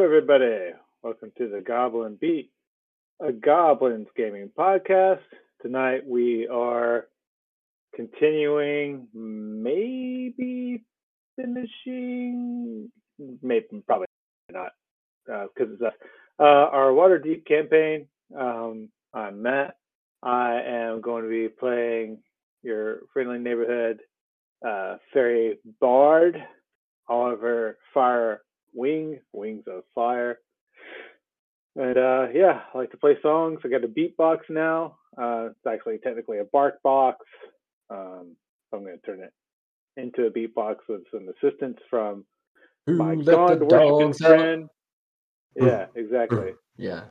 everybody. Welcome to the Goblin Beat, a Goblins gaming podcast. Tonight we are continuing, maybe finishing, maybe probably not, because uh, it's us. Uh, our Waterdeep campaign. Um, I'm Matt. I am going to be playing your friendly neighborhood uh, fairy bard, Oliver Fire Wing, Wings of Fire. And uh, yeah, I like to play songs. I got a beatbox now. Uh, it's actually technically a bark box. Um, so I'm going to turn it into a beatbox with some assistance from Who my let God the worshiping dogs out? friend. Yeah, exactly. Yeah.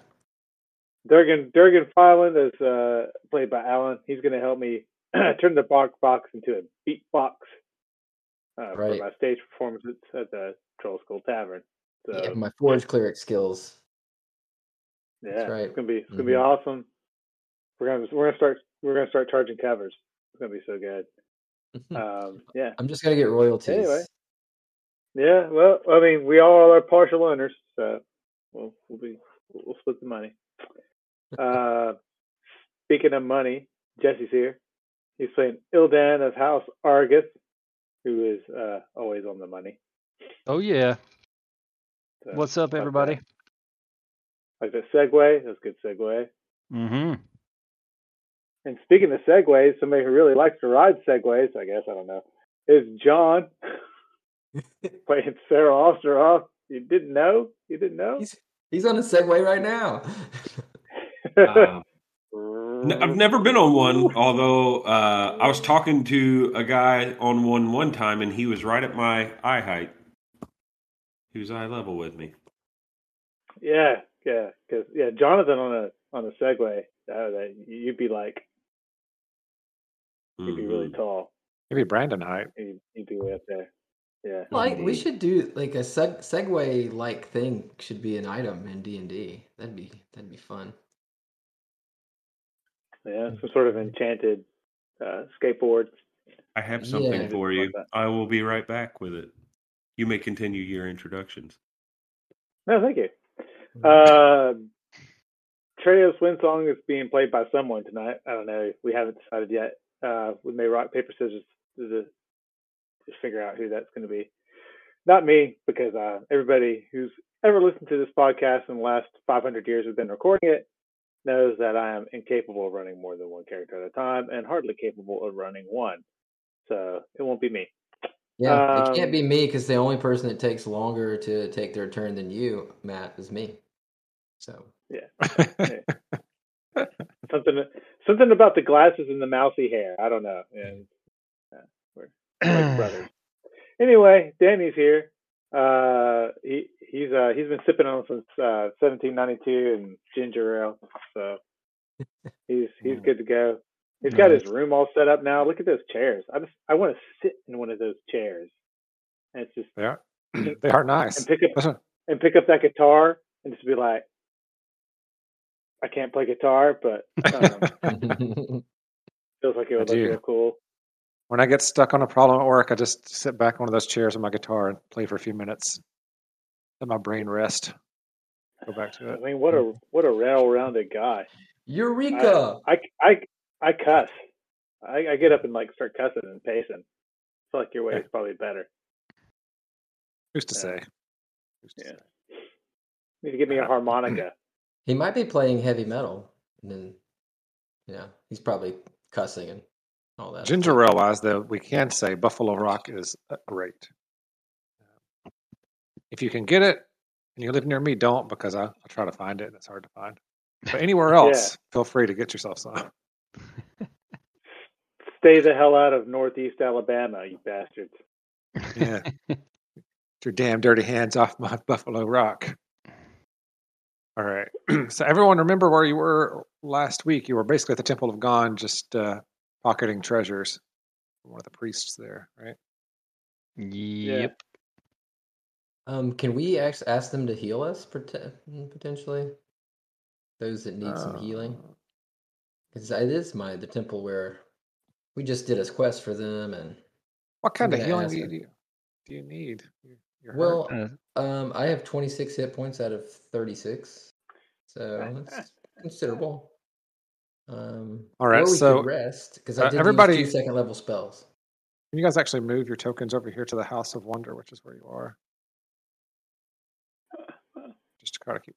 Durgan Durgan Filand is uh, played by Alan. He's going to help me turn the bark box into a beatbox uh, for Right. my stage performances at the Troll School Tavern. So yeah. My forge cleric skills. yeah, right. it's gonna be it's gonna be Mhm. awesome. We're gonna we're gonna start we're gonna start charging covers. It's gonna be so good. Hmm. Um, yeah, I'm just gonna get royalties. Anyway. yeah. Well, I mean, we all are partial owners, so we'll we'll be we'll split the money. Uh, speaking of money, Jesse's here. He's playing Ildan of House Argus, who is uh, always on the money. Oh yeah. So, What's up that. everybody? like that segue, that's a good segue. Mm-hmm. And speaking of segways, somebody who really likes to ride segways, I guess, I don't know, is John playing Sarah Osteroff. You didn't know? You didn't know? He's he's on a Segway right now. Uh, n- I've never been on one, although uh, I was talking to a guy on one one time, and he was right at my eye height. He was eye level with me. Yeah, yeah, because yeah, Jonathan on a on a Segway, that, that you'd be like, you'd be really Mhm. tall, Maybe Brandon height. you'd, you'd be way up there. Yeah, like we Indeed. should do like a seg- Segway like thing should be an item in D and D. That'd be that'd be fun. yeah, Mm-hmm. some sort of enchanted uh, skateboard. I have something Yeah. for you. Like that. I will be right back with it. You may continue your introductions. No, thank you. Uh, Treyo's Wind Song is being played by someone tonight. I don't know. We haven't decided yet. Uh, we may rock, paper, scissors to, to to figure out who that's going to be. Not me, because uh, everybody who's ever listened to this podcast in the last 500 years have been recording it knows that I am incapable of running more than one character at a time and hardly capable of running one. So it won't be me. Yeah, it um, can't be me because the only person that takes longer to take their turn than you, Matt, is me. So Something something about the glasses and the mousy hair. I don't know. Yeah, we're like brothers. Anyway, Danny's here. Uh, he he's uh he's been sipping on since uh 1792 and ginger ale, so he's he's good to go. He's got his room all set up now. Look at those chairs. I just I want to sit in one of those chairs. And it's just They are. they are nice. and pick up Listen, and pick up that guitar and just be like, I can't play guitar, but um, feels like it would look do. real cool. when I get stuck on a problem at work, I just sit back on one of those chairs with my guitar and play for a few minutes. Let my brain rest. Go back to I it. mean, what a what a well-rounded guy. Eureka! I I I cuss. I, I get up and like start cussing and pacing. I feel like your way is probably better. Who's to Yeah. say? Who's to Yeah. say? You need to give me a harmonica. He might be playing heavy metal, and then you know he's probably cussing and all that. Ginger ale wise, though, we can say Buffalo Rock is uh, great. If you can get it and you live near me, don't because I, I try to find it and it's hard to find. But anywhere else, feel free to get yourself some. Stay the hell out of Northeast Alabama, you bastards. Yeah. Get your damn dirty hands off my Buffalo Rock. All right. so, everyone, remember where you were last week. You were basically at the Temple of Gon, just uh, pocketing treasures. One of the priests there, right? Yep. Um, can we ask, ask them to heal us prote- mm, potentially? Those that need some healing, Uh, because it is my the temple where we just did a quest for them, and What kind I'm gonna of healing ask do you, him. do you do you need? You're Well, Uh, um, I have 26 hit points out of 36, so that's considerable. Um, All right, or we so, could rest because uh, I did everybody- use two second level spells. Can you guys actually move your tokens over here to the House of Wonder, which is where you are? Just to try to keep,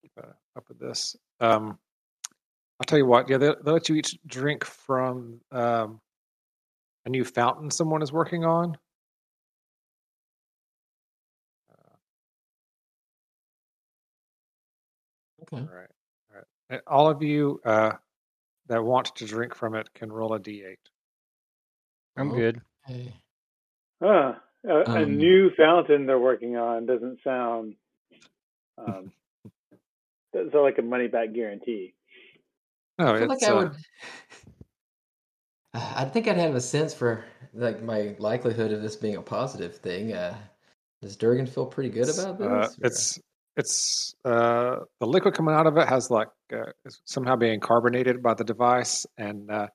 keep uh, up with this. Um, I'll tell you what. Yeah, they, they let you each drink from um, a new fountain someone is working on. Uh Okay. All right. All right. And all of you uh, that want to drink from it can roll a d8. I'm Oh. good. Hey. Huh. A, a Um, new fountain they're working on doesn't sound um, doesn't sound like a money back guarantee. No, I feel it's like I uh, would. I think I'd have a sense for like my likelihood of this being a positive thing. Uh, does Durgan feel pretty good it's, about this? uh, or- it's it's uh, the liquid coming out of it has like uh, is somehow being carbonated by the device, and uh,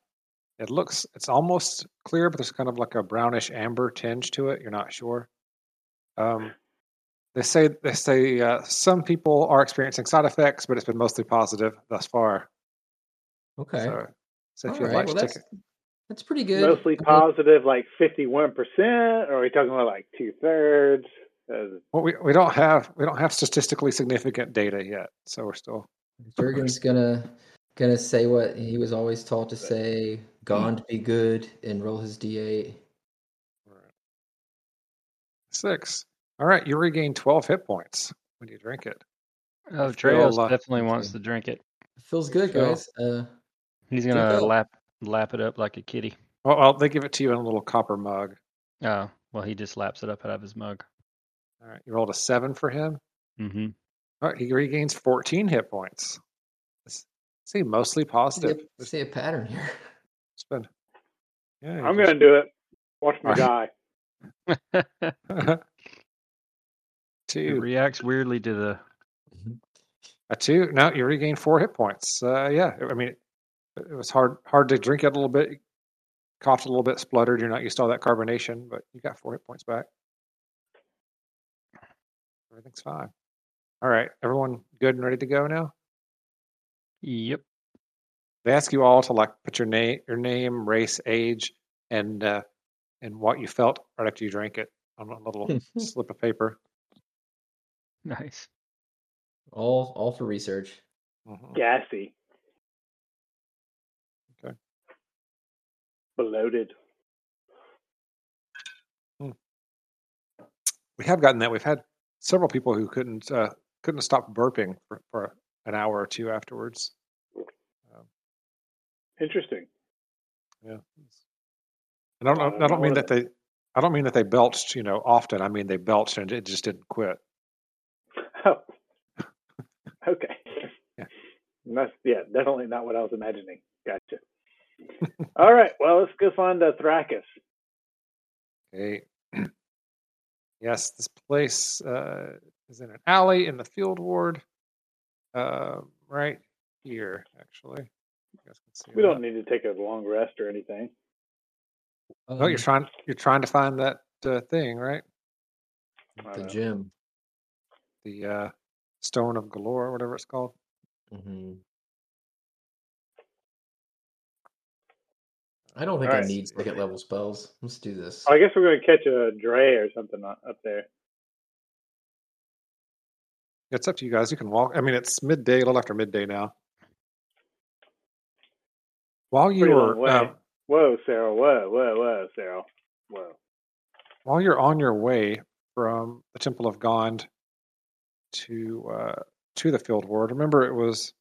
it looks it's almost clear, but there's kind of like a brownish amber tinge to it. You're not sure. Um, they say they say uh, some people are experiencing side effects, but it's been mostly positive thus far. okay. So, so if All you'd right, like well, to that's take it, that's pretty good. Mostly I mean, positive, like fifty-one percent, or are we talking about like two thirds? well, we, we don't have we don't have statistically significant data yet, so we're still Jurgen's gonna gonna say what he was always taught to Hmm. say: "Gone to be good," and roll his d8. Alright. Six. All right, you regain twelve hit points when you drink it. Oh, feel, Treos uh, definitely wants okay. to drink it. Feels good, Phil. guys. Uh, He's gonna up. lap lap it up like a kitty. Oh, Well, well, they give it to you in a little copper mug. Oh, well, he just laps it up out of his mug. All right, you rolled a seven for him. Mm-hmm. All right, he regains fourteen hit points. This- See, mostly I see, positive. a, It's see a pattern here. been. Yeah, you I'm just- gonna do it. Watch me All die. It two, reacts weirdly to the. a two. No, you regain four hit points. Uh, yeah, I mean, it, it was hard hard to drink it a little bit. Coughed a little bit, spluttered. You're not used to all that carbonation, but you got four hit points back. Everything's fine. All right, everyone, good and ready to go now. Yep. they ask you all to like put your name your name race age and uh and what you felt right after you drank it on a little slip of paper Nice. all all for research. Mhm. Gassy. Okay. Bloated. we have gotten that we've had several people who couldn't uh couldn't stop burping for, for an hour or two afterwards Um, Interesting. yeah i don't know i don't mean that they i don't mean that they belched you know often i mean they belched and it just didn't quit Oh. okay. Yeah. That's yeah, definitely not what I was imagining. Gotcha. All right. Well, let's go find uh, Thrakus. Okay. yes, this place uh, is in an alley in the field ward, uh, right here, actually. You guys can see We don't that. need to take a long rest or anything. Oh, you're Um, trying. You're trying to find that uh, thing, right? I the don't know. gym. The uh, stone of galore, or whatever it's called. hmm I don't think All I right. need second level spells. Let's do this. Oh, I guess we're going to catch a Dre or something up up there. It's up to you guys. You can walk. I mean, it's midday, a little after midday now. While you Pretty long are way. um, Whoa, Sarah. Whoa, whoa, whoa, Sarah. Whoa. while you're on your way from the Temple of Gond to uh, to the Field Ward, remember it was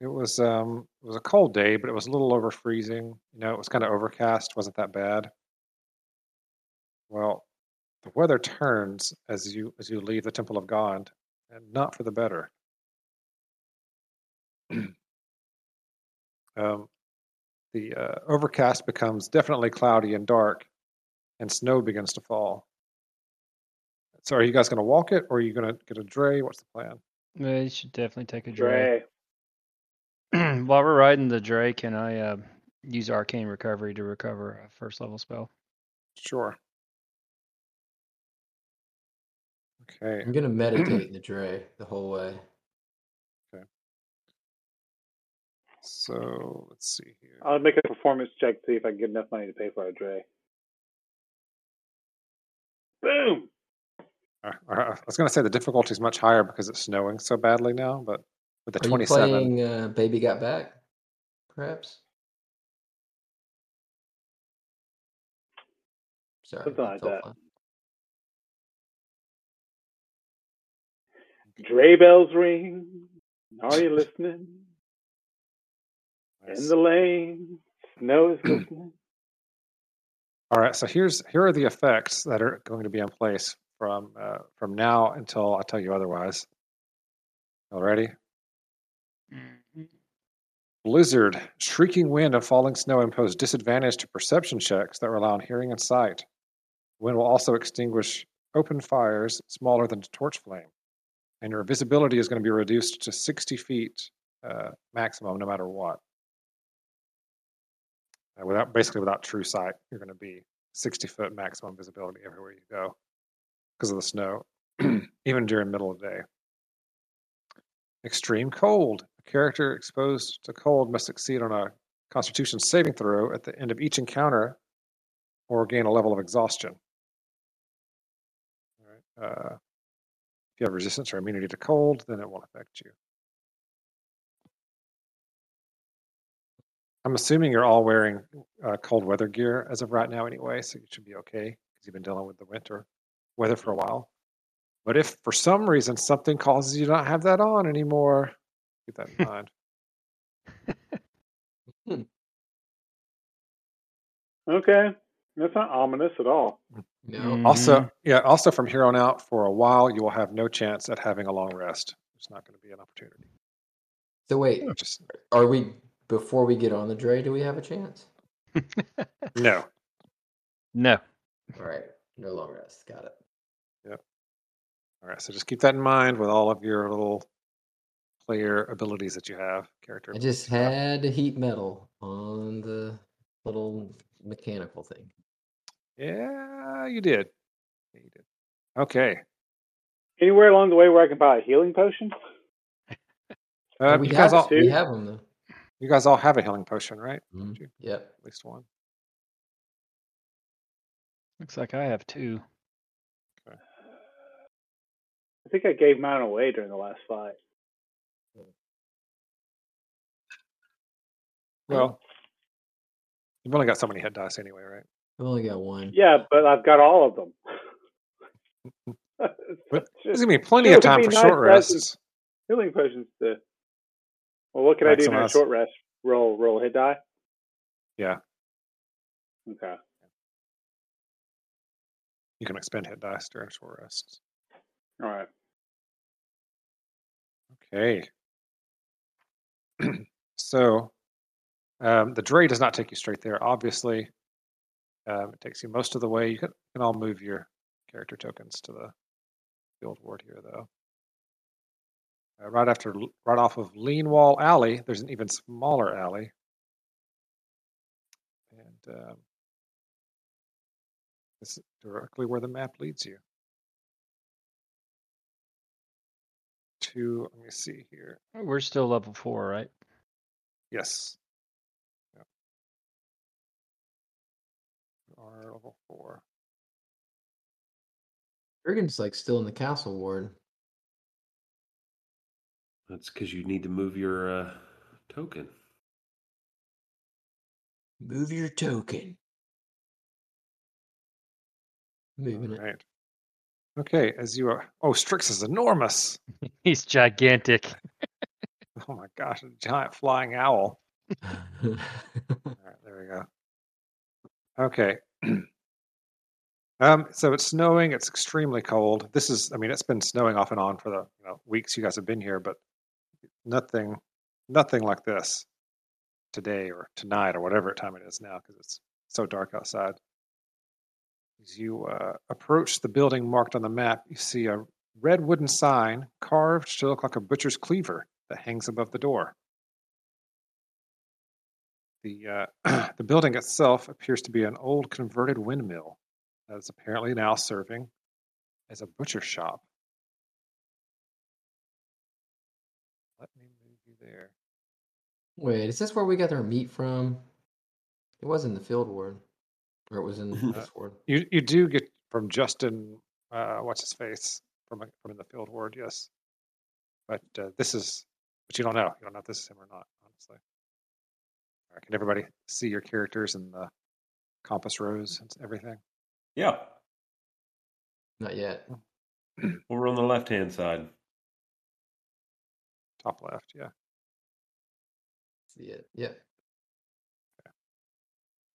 it was um, it was a cold day, but it was a little over freezing. You know, it was kind of overcast, wasn't that bad. Well, the weather turns as you as you leave the Temple of Gond, and not for the better. um, the uh, overcast becomes definitely cloudy and dark, and snow begins to fall. So, are you guys going to walk it, or are you going to get a dray? What's the plan? Well, you should definitely take a dray. Dre. While we're riding the dray, can I uh, use arcane recovery to recover a first level spell? Sure. Okay. I'm gonna meditate in the dray the whole way. So let's see here. I'll make a performance check to see if I can get enough money to pay for a dray. Boom! Uh, uh, I was going to say the difficulty is much higher because it's snowing so badly now, but with the Are you 27, playing uh, Baby Got Back? Perhaps. Sorry, Something I like fell that. flat. Dray bells ring. Are you listening? In the lane. Snow is listening. All right, so here's here are the effects that are going to be in place from uh, from now until I tell you otherwise. All righty. Mm-hmm. Blizzard, shrieking wind, and falling snow impose disadvantage to perception checks that rely on hearing and sight. Wind will also extinguish open fires smaller than a torch flame, and your visibility is going to be reduced to 60 feet uh, maximum, no matter what. Uh, without basically without true sight, you're going to be 60 foot maximum visibility everywhere you go because of the snow, even during middle of day. Extreme cold. A character exposed to cold must succeed on a Constitution saving throw at the end of each encounter, or gain a level of exhaustion. All right. Uh, if you have resistance or immunity to cold, then it won't affect you. I'm assuming you're all wearing uh, cold weather gear as of right now, anyway, so you should be okay because you've been dealing with the winter weather for a while. But if for some reason something causes you to not have that on anymore, keep that in mind. Okay. That's not ominous at all. No. Mm. Mm-hmm. Also, Mhm. yeah, also from here on out for a while, you will have no chance at having a long rest. It's not going to be an opportunity. So wait, Just are we before we get on the dray? Do we have a chance? no. No. All right, no long rest. Got it. All right, so just keep that in mind with all of your little player abilities that you have, character. I just abilities you have. had the heat metal on the little mechanical thing. Yeah, you did. Yeah, you did. Okay. Anywhere along the way where I can buy a healing potion? Uh, we you have guys it- all, we Two? have them though. you guys all have a healing potion, right? Mhm. Two. Yep. At least one. Looks like I have two. I think I gave mine away during the last fight. Well, you've only got so many hit dice anyway, right? I've only got one. Yeah, but I've got all of them. But Just There's gonna be plenty Sure, of it would time be for nice short to have some- rests. healing potions to. Well, what can I do during a Maximize. short rest? Roll, roll, hit die. Yeah. Okay. You can expend hit dice during short rests. All right. Okay. so um, the dray does not take you straight there, obviously. Um, it takes you most of the way. You can, can all move your character tokens to the field ward here, though. Uh, right after, L- right off of Lean Wall Alley, there's an even smaller alley, and um, this is directly where the map leads you. To let me see here. We're still level four, right? Yes. Yep. Are level four. Jurgen's like still in the castle ward. That's because you need to move your uh, token. Move your token. Moving it. Right. Okay, as you are. Oh, Strix is enormous. He's gigantic. Oh my gosh, a giant flying owl. All right, there we go. Okay. um, so it's snowing. It's extremely cold. This is, I mean, it's been snowing off and on for the you know, weeks you guys have been here, but nothing, nothing like this today or tonight or whatever time it is now because it's so dark outside. As you uh, approach the building marked on the map, you see a red wooden sign carved to look like a butcher's cleaver that hangs above the door. The uh, the building itself appears to be an old converted windmill that is apparently now serving as a butcher shop there. Wait, is this where we got our meat from? It was in the field ward, or it was in Mhm. this ward. You you do get from Justin. Uh, what's his face from uh, from in the field ward? Yes, but uh, this is. But you don't know. You don't know if this is him or not. Honestly, All right, can everybody see your characters and the compass rows and everything? Yeah, Not yet. over on the left hand side. Top left, yeah. See it? Yep.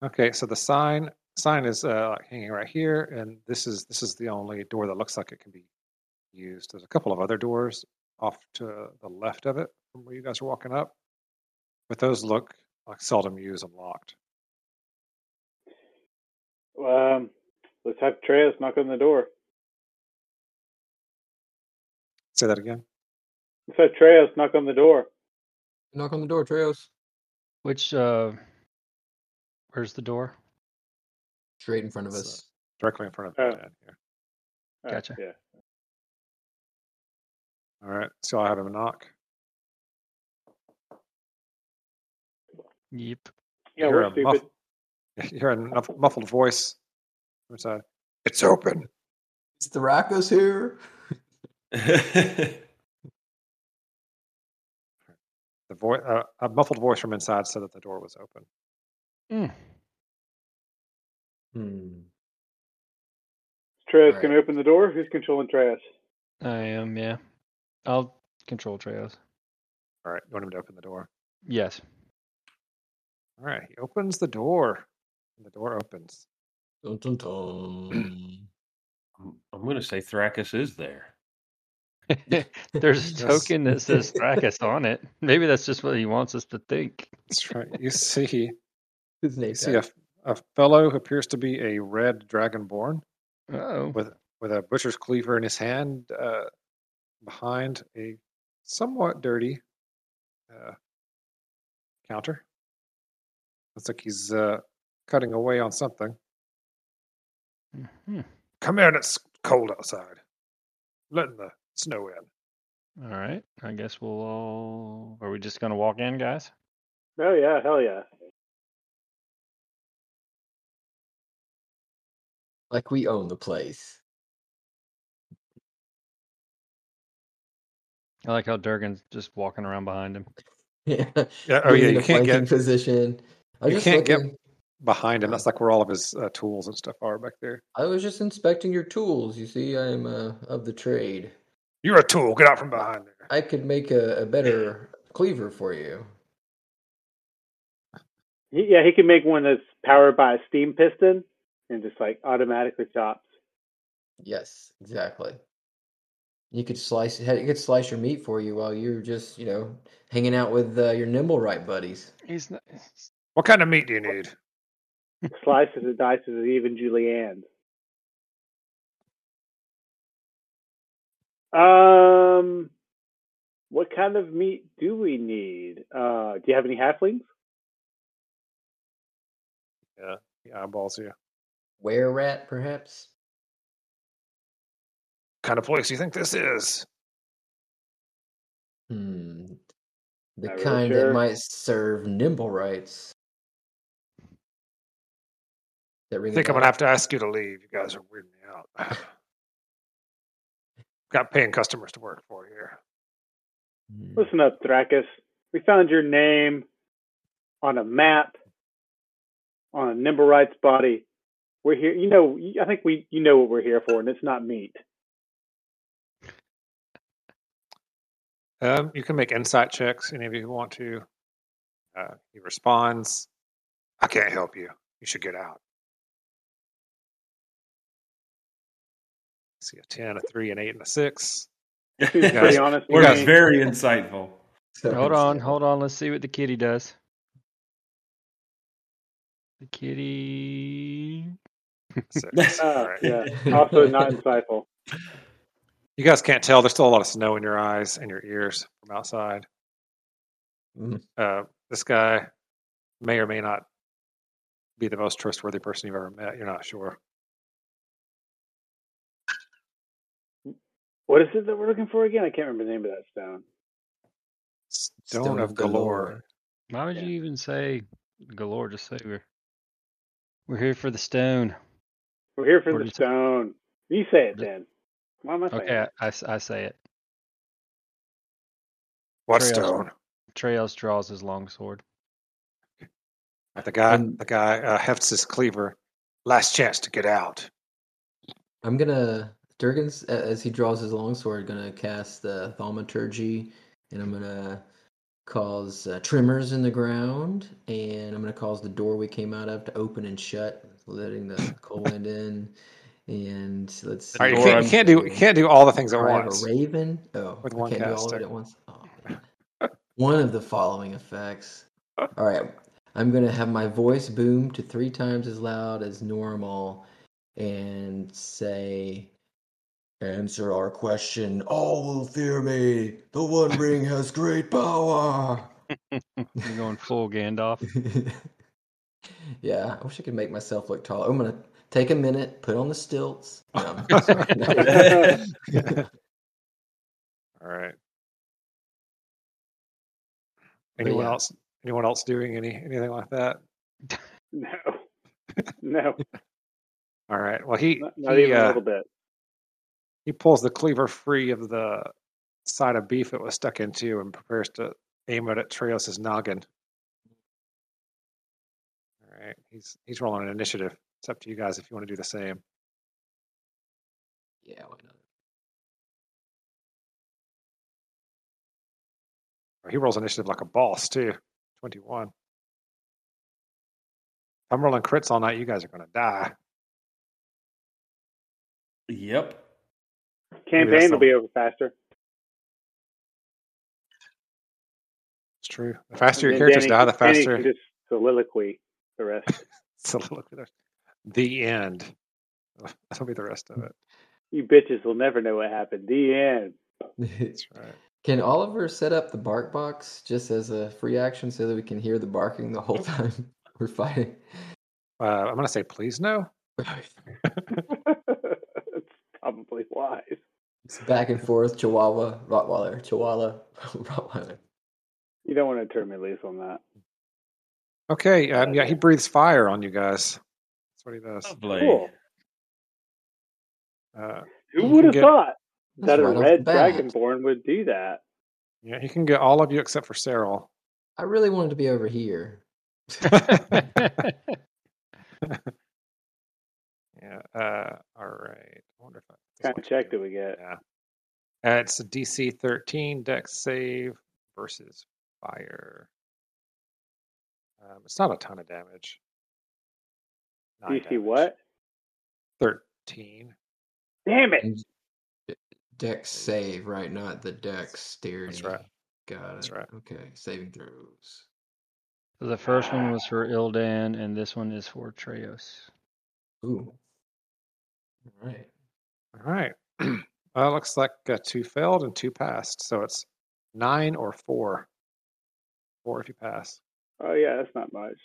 Okay, so the sign sign is uh, like hanging right here, and this is this is the only door that looks like it can be used. There's a couple of other doors off to the left of it from where you guys are walking up, but those look like seldom used and locked. Um, let's have Treyas knock on the door. Say that again. Let's have Treyas knock on the door. Knock on the door, Treos. Which uh where's the door? Straight in front of So- us. Directly in front of Oh. the man here. Oh, Gotcha. Yeah. All right, so I have him knock. Yep. Yeah, You're we're a stupid. muff- You're a nuff- muffled voice. from inside. It's open. It's the Rocco's here. The voice, uh, a muffled voice from inside said that the door was open. Mm. Hmm. Treyas Alright. can open the door. Who's controlling Treyas? I am, yeah. I'll control Treos. All right, you want him to open the door. Yes. All right, he opens the door. And the door opens. Dun, dun, dun. I'm going to say Thrakus is there. There's a Yes. token that says Thrakus on it. Maybe that's just what he wants us to think. That's right. You see, His you name's see a, a fellow who appears to be a red dragonborn Oh. with with a butcher's cleaver in his hand, uh, behind a somewhat dirty uh, counter. Looks like he's uh, cutting away on something. Mhm. Come in. It's cold outside. Letting the snow in. All right. I guess we'll all are we just gonna walk in, guys? Oh yeah, hell yeah. like we own the place. I like how Durgan's just walking around behind him. Yeah. Yeah. Oh yeah. in You a can't flanking get position. I was you just can't get- looking- behind him. Uh, That's like where all of his uh, tools and stuff are back there. I was just inspecting your tools. You see, I'm uh, of the trade. You're a tool. Get out from behind there. I could make a, a better cleaver for you. He, yeah, he can make one that's powered by a steam piston and just like automatically chops. Yes, exactly. You could slice. heck, You could slice your meat for you while you're just, you know, hanging out with uh, your nimble right buddies. He's not What kind of meat do you need? Slices and dices and even julienne. Um, what kind of meat do we need? Uh, do you have any halflings? He eyeballs you. What Were rat, perhaps. kind of place do you think this is? Hmm. The Not really kind sure. that might serve nimble rights. That I ring a think I'm gonna bell? have to ask you to leave. You guys are weirding me out. Got paying customers to work for here. Hmm. Listen up, Thrakus. We found your name on a map on a nimble right's body. We're here. You know, I think we you know what we're here for, and it's not meat. Um, you can make insight checks. Any of you who want to. Uh, he responds, "I can't help you. You should get out." See a ten, a three, an eight, and a six. Seems guys- pretty honest. to We're guys- me. very insightful. So Hold on, instead- hold on. Let's see what the kitty does. The kitty. Six. All Oh, right. yeah. Also not insightful. You guys can't tell. There's still a lot of snow in your eyes and your ears from outside. Mm. Uh, this guy may or may not be the most trustworthy person you've ever met. You're not sure. What is it that we're looking for again? I can't remember the name of that stone. Stone, of Galore. Why would you even say galore? Just say we're we're here for the stone. We're here for What the did you say? stone. You say it What- then. Why am I saying Okay, it? I, I s- I say it. What Trails. stone? Trails draws his long sword. The guy, And- the guy uh, hefts his cleaver. Last chance to get out. I'm gonna Durgan's a- as he draws his longsword, gonna cast the thaumaturgy, and I'm gonna cause uh, tremors in the ground, and I'm gonna cause the door we came out of to open and shut, letting the cold wind in. And let's. The All right, you door can't, you can't do you can't do all the things at Cry of once. a raven. Oh, With I one can't do all of casting. it at once. Oh, man. one of the following effects. All right, I'm gonna have my voice boom to three times as loud as normal, and say, "Answer our question. All will fear me. The One Ring has great power." You're going full Gandalf. yeah, I wish I could make myself look taller. I'm gonna take a minute, put on the stilts. No, I'm sorry. All right. Anyone yeah. else? Anyone else doing any anything like that? No. No. All right. Well, he Not, not he, even a uh, little bit. he pulls the cleaver free of the side of beef it was stuck into and prepares to aim it at Traos's noggin. All right. He's he's rolling an initiative. It's up to you guys if you want to do the same. yeah, why not? Or he rolls initiative like a boss too. Twenty one. I'm rolling crits all night. You guys are gonna die. yep. Campaign will all. be over faster. It's true. The faster your And then Danny characters die, can- the Danny faster. can just soliloquy the rest. So look at that. The end. That'll be the rest of it. you bitches will never know what happened. The end. That's right. Can Oliver set up the bark box just as a free action so that we can hear the barking the whole time we're fighting? Uh, I'm gonna say please no. That's probably wise. It's back and forth, Chihuahua, Rottweiler, Chihuahua, Rottweiler. You don't want to turn me loose on that. Okay. Um, yeah, Okay. he breathes fire on you guys. That's what he does. Lovely. Cool. Uh, Who You would can have get- thought That's that a right off the red bat. dragonborn would do that? yeah, he can get all of you except for Cyril. I really wanted to be over here. Yeah. Uh, all right. I wonder if I What kind of check did we get? Yeah. Uh, it's a DC 13 Dex save versus fire. Um, it's not a ton of damage. Nine DC damage. what? 13. Damn it! And d- Dex save, right? Not the dexterity. right. Got That's it. right. Okay, saving throws. the first one was for Ildan, and this one is for Treos. Ooh. All right. All right. uh, looks like uh, two failed and two passed. So it's nine or four. Four if you pass. Oh yeah, that's not much.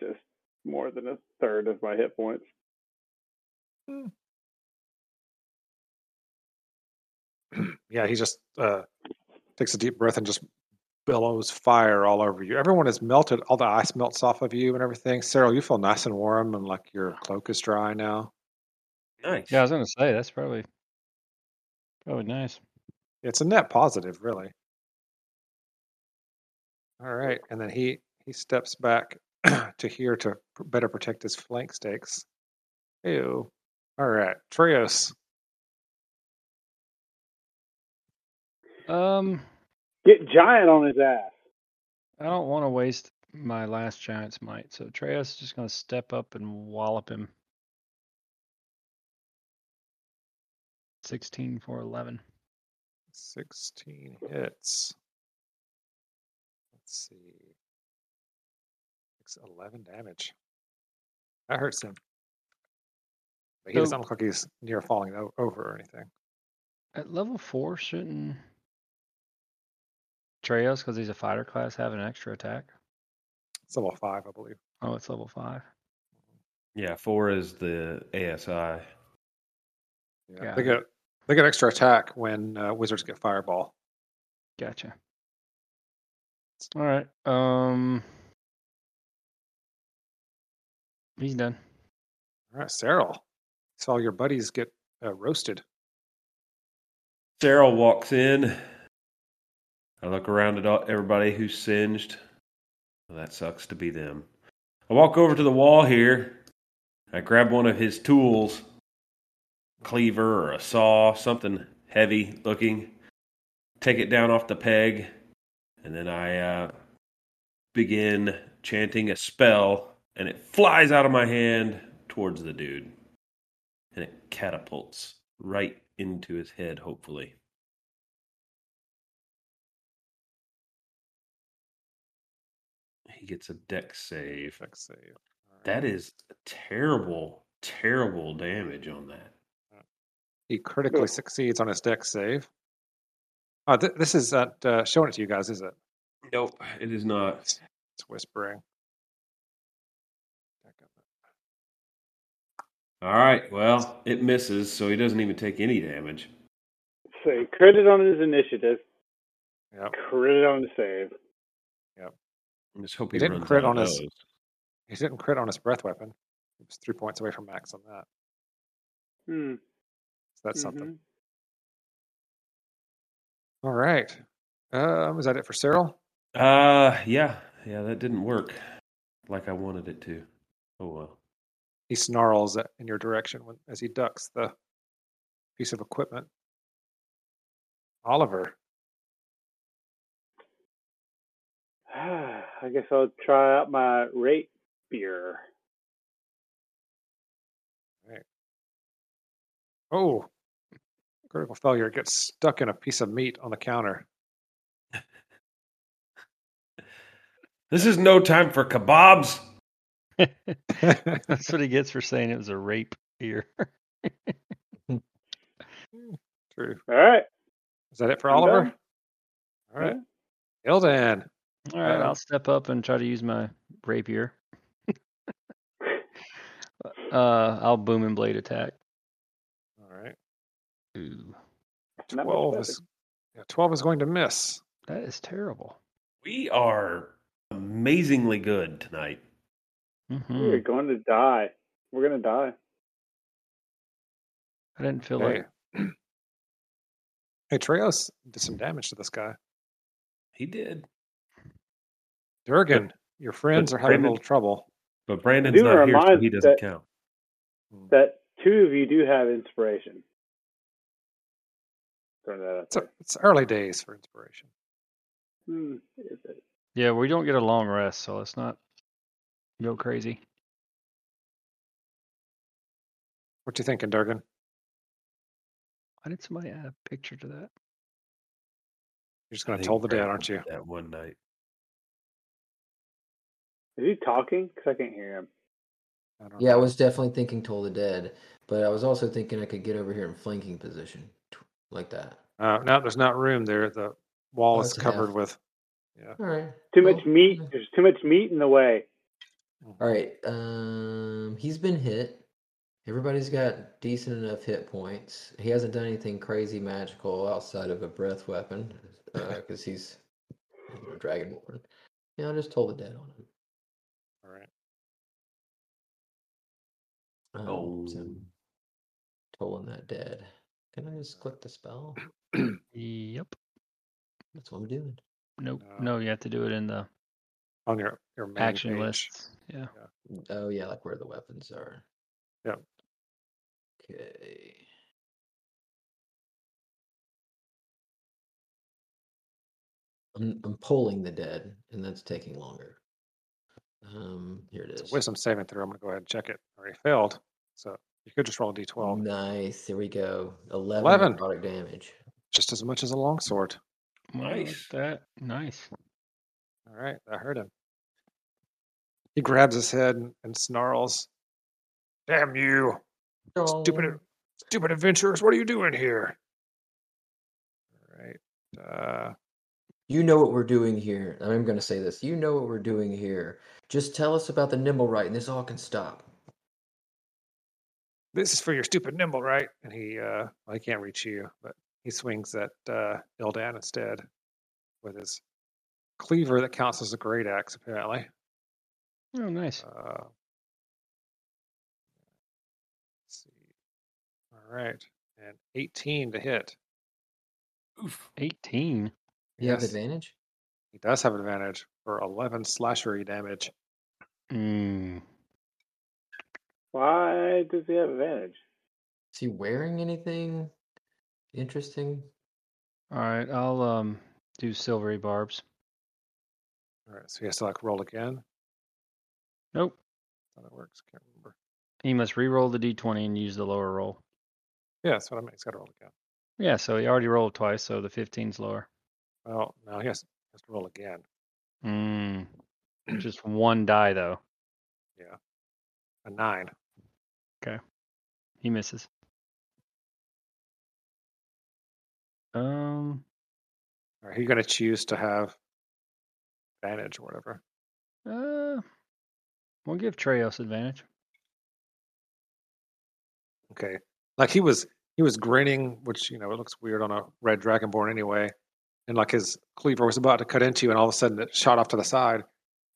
Just more than a third of my hit points. yeah, he just uh, takes a deep breath and just billows fire all over you. Everyone is melted. All the ice melts off of you and everything. Cyril, you feel nice and warm and like your cloak is dry now. Nice. Yeah, I was gonna say that's probably probably nice. It's a net positive, really. All right, and then he he steps back to here to pr- better protect his flank stakes. Ew. All right, Trios. Um, Get giant on his ass. I don't want to waste my last giant's might, so Treos is just gonna step up and wallop him. Sixteen for eleven. 16 hits. Let's see. It's 11 damage. That hurts him. But he So- doesn't look like he's near falling o- over or anything. At level four, shouldn't Treos, because he's a fighter class, have an extra attack? It's level 5, I believe. Oh, it's level five. Yeah, four is the ASI. Yeah. Got They it. get They get extra attack when uh, wizards get fireball. Gotcha. All right. Um, he's done. All right, Cyril. Saw your buddies get uh, roasted. Cheryl walks in. I look around at all, everybody who's singed. Well, that sucks to be them. I walk over to the wall here. I grab one of his tools, cleaver or a saw, something heavy looking. Take it down off the peg, and then I uh, begin chanting a spell, and it flies out of my hand towards the dude, and it catapults right into his head, hopefully. He gets a deck save. Dex save. All right. That is terrible, terrible damage on that. He critically succeeds on his deck save. Oh, th- this is not uh, showing it to you guys, is it? Nope, it is not. It's whispering. All right, well, it misses, so he doesn't even take any damage. Say credit on his initiative, Yep. credit on the save. I just hope He he, didn't runs crit out on of his- those. He didn't crit on his breath weapon. He was three points away from max on that. Hmm. So that's something. mhm. All right. Um, is that it for Cyril? Uh, yeah, yeah, that didn't work like I wanted it to. Oh well. He snarls at- in your direction when, as he ducks the piece of equipment. Oliver. I guess I'll try out my rate beer. Oh, critical failure gets stuck in a piece of meat on the counter. This is no time for kebabs. That's what he gets for saying it was a rape here. True. All right. Is that it for I'm Oliver? done. All right. Hildan. All right, Uh, I'll step up and try to use my rapier. uh, I'll boom and blade attack. All right. Ooh, Not much 12 better. is, yeah, 12 is going to miss. that is terrible. We are amazingly good tonight. hmm We're going to die. We're going to die. I didn't feel Hey. like hey, Treos did some damage to this guy. He did, Durgan, your friends are having Brandon- a little trouble. but Brandon's do not here, so remind he doesn't that- count. That two of you do have inspiration. Turn that up. It's, it's early days for inspiration. Hmm, is it- yeah, we don't get a long rest, so let's not go crazy. What you thinking, Durgan? Why did somebody add a picture to that? You're I just going to think toll the dead, Brandon aren't you? did That one night. Is he talking? Because I can't hear him. I don't Yeah, I know. was definitely thinking Toll the Dead, but I was also thinking I could get over here in flanking position, tw- like that. Uh, no, there's not room there. The wall Oh, is it's a covered half. with. All right. Too much well, meat. yeah. There's too much meat in the way. All right. Um, he's been hit. Everybody's got decent enough hit points. He hasn't done anything crazy magical outside of a breath weapon, because he's you know, dragonborn. Yeah, I just told the dead on him. All right. Um, Oh, so tolling that dead. Can I just click the spell? Yep. That's what I'm doing. Nope. No. No, you have to do it in the On your, your main action page. lists. Yeah. Oh yeah, like where the weapons are. Yep. Okay. I'm I'm polling the dead, and that's taking longer. Um, here it It's is. a wisdom saving throw. I'm going to go ahead and check it. Already failed. So you could just roll a Mm. d12. Nice. There we go. Eleven, 11. product damage. Just as much as a longsword. Well, look at Nice. That nice. All right, I heard him. He grabs his head and, and snarls, "Damn you, stupid, Dong. stupid adventurers! What are you doing here?" All right, uh, You know what we're doing here. and I'm going to say this. You know what we're doing here. Just tell us about the nimble right, and this all can stop. This is for your stupid nimble, right? And he, uh, well, he can't reach you, but he swings at uh, Ildan instead with his cleaver that counts as a great axe, apparently. Oh, nice. Uh, let's see. All right. And 18 to hit. Eighteen. You have Yes, advantage? He does have advantage for 11 slashery damage. Mm. Why does he have advantage? Is he wearing anything interesting? All right, I'll um do silvery barbs. All right. So he has to like roll again. Nope. How that works. Can't remember. He must re-roll the d20 and use the lower roll. Yeah, that's what I meant. He's got to roll again. Yeah, so he already rolled twice, so the 15's lower. Well, Oh, no, he has, he has to roll again. Mm. Just one die though. A nine. He misses. Um. Are you going to choose to have advantage or whatever? Uh. We'll give Treos advantage. Okay. Like he was he was grinning, which you know it looks weird on a red dragonborn anyway. And like his cleaver was about to cut into you, and all of a sudden it shot off to the side.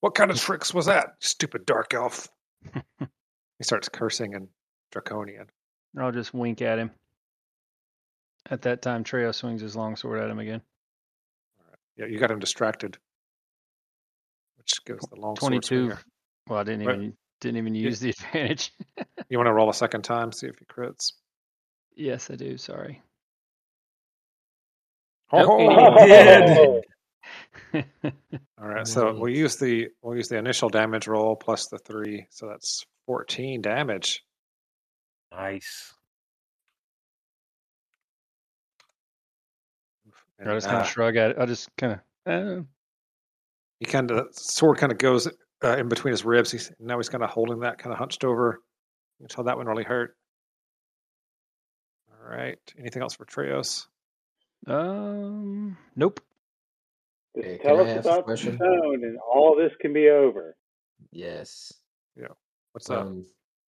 What kind of tricks was that, stupid dark elf? he starts cursing in draconian. I'll just wink at him. At that time, Treos swings his longsword at him again. Yeah, you got him distracted, which gives the long sword 22. swinger. Well, I didn't Right. even didn't even use the advantage. You want to roll a second time, see if he crits. yes, I do. Sorry. Ho, ho, Okay. ho, ho. did. All right, so we'll Nice. use the we'll use the initial damage roll plus the three, so that's fourteen damage. Nice. And, I just kind uh, of shrug at it. I just kind of. Uh, he kind of sword kind of goes uh, in between his ribs. He's now he's kind of holding that kind of hunched over. You can tell that one really hurt. All right. Anything else for Treos? Um. Nope. Just Okay, tell can I us ask a about the question? stone, and all this can be over. Yes. What's up? Um,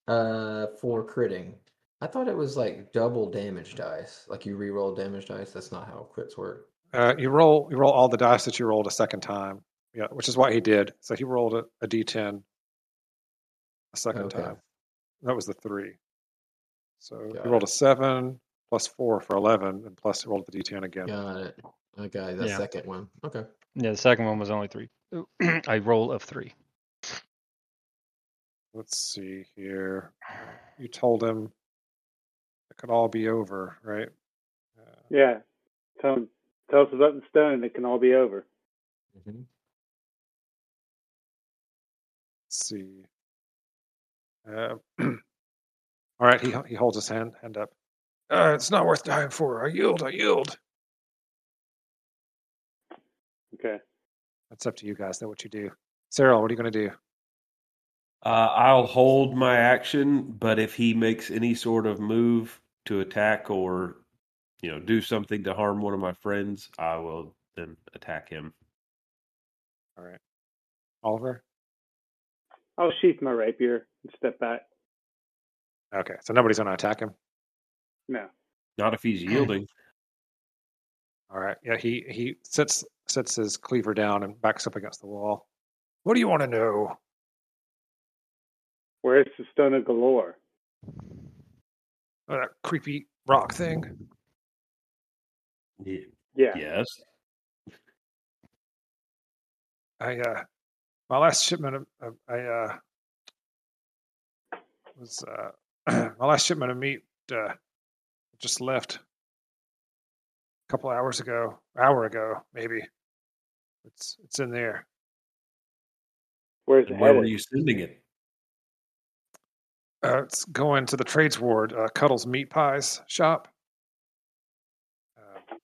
uh, for critting. I thought it was like double damage dice. Like you re-roll damage dice. That's not how crits work. Uh, you roll you roll all the dice that you rolled a second time. Yeah, which is what he did. So he rolled a, a d10 a second Okay. time. That was the three. So Got he rolled a seven plus four for eleven, and plus he rolled the d10 again. Got it. Okay, the Yeah. second one. Okay. Yeah, the second one was only three. I roll of three. Let's see here. You told him it could all be over, right? Uh, Yeah. Tell, tell us about the stone, and it can all be over. Mm-hmm. Mhm. Let's see. Uh, all right, he he holds his hand hand up. Uh, it's not worth dying for. I yield. I yield. Okay. That's up to you guys. Know what you do. Cyril, what are you going to do? Uh, I'll hold my action, but if he makes any sort of move to attack or, you know, do something to harm one of my friends, I will then attack him. All right, Oliver. I'll sheath Oh, my rapier and step back. Okay, so nobody's going to attack him. No. Not if he's yielding. All right. Yeah, he he sits sits his cleaver down and backs up against the wall. What do you want to know? Where's the stone of galore? Uh, that creepy rock thing. Ye- Yeah. Yes. I uh, my last shipment of, of I uh was uh my last shipment of meat uh just left a couple hours ago, hour ago maybe. It's it's in there. Where's it And where were headed? you sending it? Uh, it's going to the trades ward, uh, Cuddles Meat Pies shop. Uh,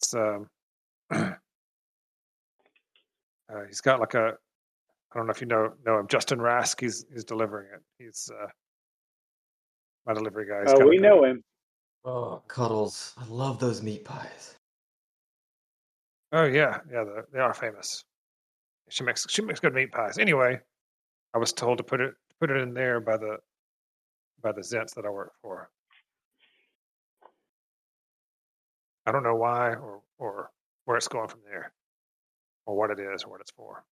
it's um, uh, he's got like a, I don't know if you know know him, Justin Rask. He's he's delivering it. He's uh, my delivery guy. He's Oh, got we like a- know him. Oh, cuddles. I love those meat pies. Oh yeah, yeah, they they are famous. She makes she makes good meat pies. Anyway, I was told to put it put it in there by the by the Zents that I work for. I don't know why or or where it's going from there, or what it is or what it's for.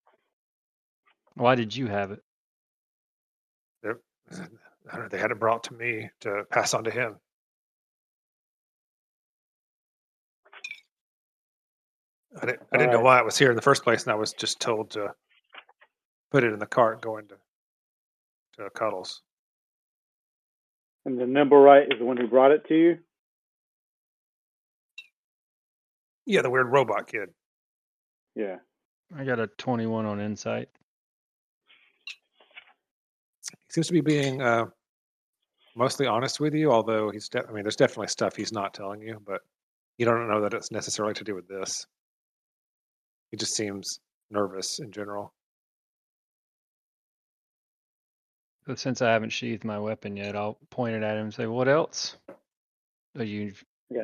Why did you have it? They're, I don't know, they had it brought to me to pass on to him. I didn't, I didn't know Alright. why it was here in the first place, and I was just told to put it in the cart going to to Cuddles. And the Nimblewright is the one who brought it to you. Yeah, the weird robot kid. Yeah. I got a 21 on insight. He seems to be being uh, mostly honest with you, although he's. De- I mean, there's definitely stuff he's not telling you, but you don't know that it's necessarily to do with this. He just seems nervous in general. But Since I haven't sheathed my weapon yet, I'll point it at him and say, "What else are you Yeah.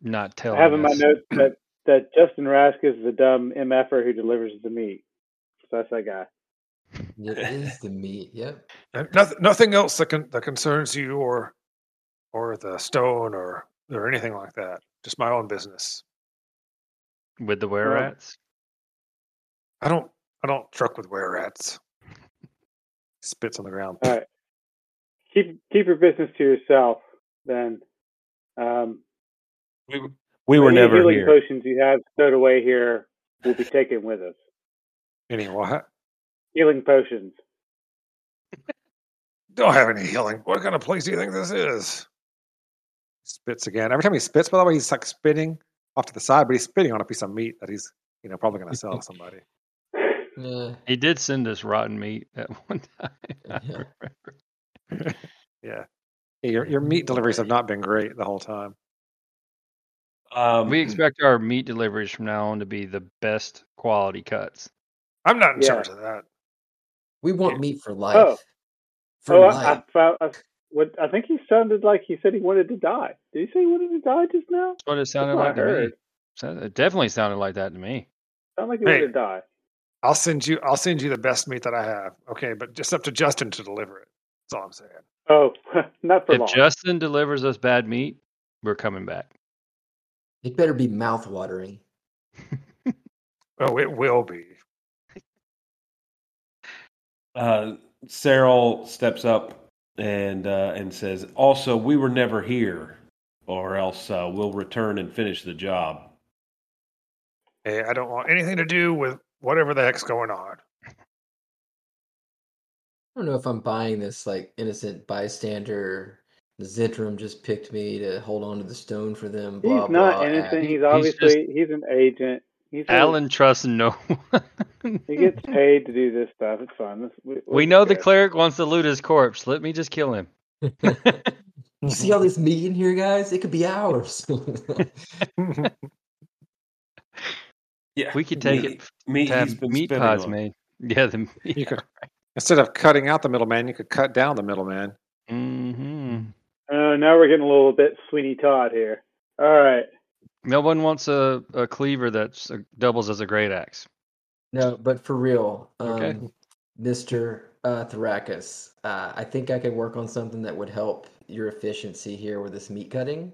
not I Oh, telling have in my us?" notes that, that Justin Rask is the dumb mf'er who delivers the meat. So that's that guy. It is the meat. Yep. Nothing, nothing else that con- that concerns you or or the stone or or anything like that. Just my own business. With the um, were rats? I don't I don't truck with were rats. Spits on the ground. All right. Keep keep your business to yourself. Then, um, We, we were any never healing here. potions you have stowed away here will be taken with us. Anyway, I Healing potions. don't have any healing. What kind of place do you think this is? Spits again. Every time he spits, by the way, he's like spitting off to the side, but he's spitting on a piece of meat that he's you know probably going to sell to somebody. Yeah. He did send us rotten meat at one time. I Yeah. remember. Yeah. yeah your your meat deliveries have not been great the whole time. Um, We expect our meat deliveries from now on to be the best quality cuts. I'm not in Yeah. charge of that. We want meat for life. Oh. For oh, I, life. I, found, I, what, I think he sounded like he said he wanted to die. Did he say he wanted to die just now? That's what it sounded what I like to me. heard. So- It definitely sounded like that to me. Sound like he Hey. wanted to die. I'll send you I'll send you the best meat that I have. Okay, but just up to Justin to deliver it. That's all I'm saying. Oh, not for if long. Justin delivers us bad meat, we're coming back. It better be mouth watering. Oh, it will be. uh, Cyril steps up and uh, and says, "Also, we were never here, or else uh, we'll return and finish the job." Hey, Eh, I don't want anything to do with whatever the heck's going on. I don't know if I'm buying this like innocent bystander. The Zentrum just picked me to hold on to the stone for them. he's Blah not blah. innocent. act. He's He's obviously he's an agent. He's a- Alan trusts no one. he gets paid to do this stuff. It's fun. This, we, we we're know the good. cleric wants to loot his corpse. Let me just kill him. You see all this meat in here, guys? It could be ours. Yeah, We could take meat, it Meat to have he's been meat spitting pods on. made. Yeah, the you meat. could instead of cutting out the middleman, you could cut down the middleman. hmm Oh, now we're getting a little bit Sweeney Todd here. All right. No one wants a, a cleaver that doubles as a great axe. no, but for real, um, Okay. Mr. Uh, Thrakus, uh, I think I could work on something that would help your efficiency here with this meat cutting.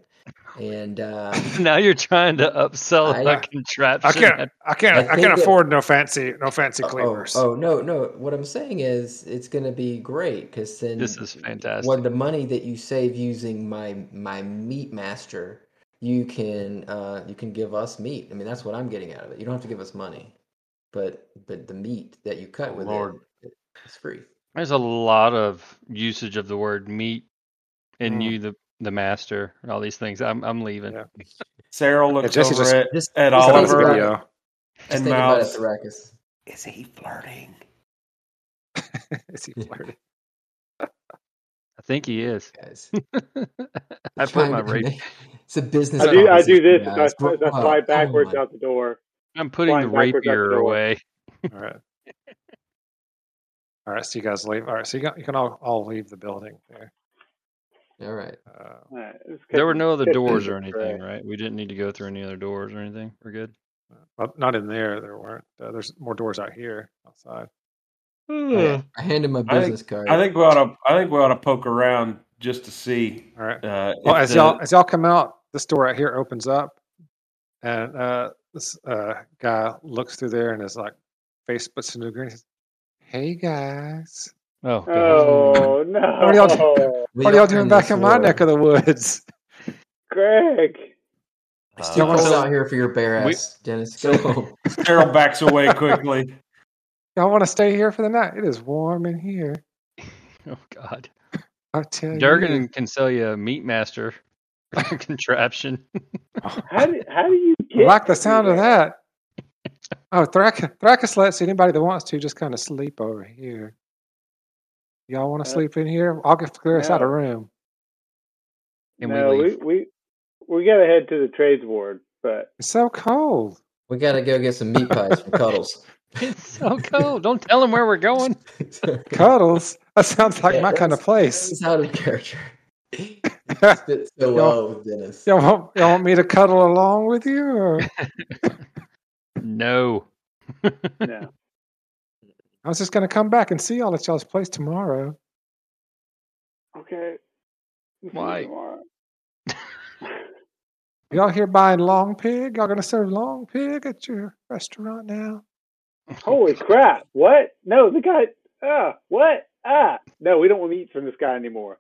And uh, now you're trying to upsell I- a contraption. I can't I can't I I, think it- can't afford no fancy no fancy Oh, oh, cleavers. oh, no, no. What I'm saying is it's going to be great because then This is What fantastic. the money that you save using my my meat master, you can uh you can give us meat. I mean, that's what I'm getting out of it. You don't have to give us money, but but the meat that you cut Oh, with Lord. it, it's free. There's a lot of usage of the word meat in Mm. you, the the master, and all these things. I'm I'm leaving. Yeah. Cyril looks Jesse over just- at, Just at just think That's a Oliver about video. it. Just and think about it, mouths, Thrakus. "Is he flirting?" Is he Yeah. flirting? I think he is. Guys, I put trying my to rate. make- it's a business. I do I do proposition, this and I, guys. Grow I fly up. Oh backwards my out the door. I'm putting the Flying backwards out the rapier door. away. All right. All right. So you guys leave. All right. So you got you can all, all leave the building there. All right. Uh, All right, let's cut There were to- no other cut to doors or the fray. anything, right? We didn't need to go through any other doors or anything. We're good. well, not in there. There weren't. Uh, there's more doors out here outside. I, I hand him my I business card. I think we ought to. I think we ought to poke around just to see. All right. Uh, if Well, as the- y'all as y'all come out, this door right here opens up, and uh, this uh, guy looks through there and is like, face puts into a grin. he says, Hey guys, Oh, God. Oh What do y'all do? no, We what are y'all opened doing back this in my door. neck of the woods? Greg. I still Uh, want so- out here for your bare we- ass, Dennis. Go. Carol backs away quickly. Y'all want to stay here for the night? It is warm in here. oh God. I tell you. Durgan can sell you a meat master contraption. How do, how do you I get like the sound of everywhere? that. Oh, Thrak- Thrakus lets anybody that wants to just kind of sleep over here. Y'all want Uh, to sleep in here? I'll get clear us out a no. room. And we No, we, leave. we we gotta head to the trades ward, but It's so cold. we gotta go get some meat pies from Cuddles. It's so cold. Don't tell him where we're going. Cuddles. That sounds like Yeah, my kind of that's- place. It's out of character. It y'all, fits so well with Dennis. want, y'all want me to cuddle along with you? Or? No. no. I was just going to come back and see y'all at y'all's place tomorrow. Okay. We'll see you Why? tomorrow. Y'all here buying long pig? Y'all going to serve long pig at your restaurant now? Holy crap! What? No, the guy. Ah, what? Ah, no, we don't want meat from this guy anymore.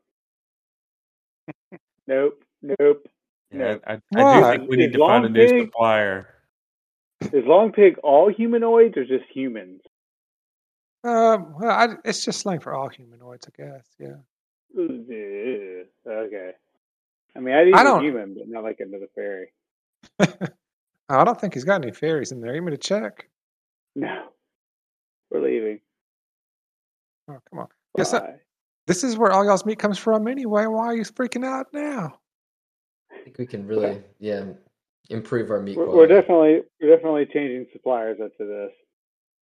Nope. Nope. Yeah, I, I, I do Why? think we need Is to find a Long new Pig- supplier. Is long pig all humanoids or just humans? Um, well, I, it's just slang for all humanoids, I guess. Yeah. Ugh, Okay. I mean, I'd eat I a don't- human, but not like another fairy. I don't think he's got any fairies in there. You want me to check? No. We're leaving. Oh, come on. Yes, sir. Bye. This is where all y'all's meat comes from anyway. Why are you freaking out now? I think we can really, yeah, improve our meat We're, quality. we're definitely we're definitely changing suppliers after this.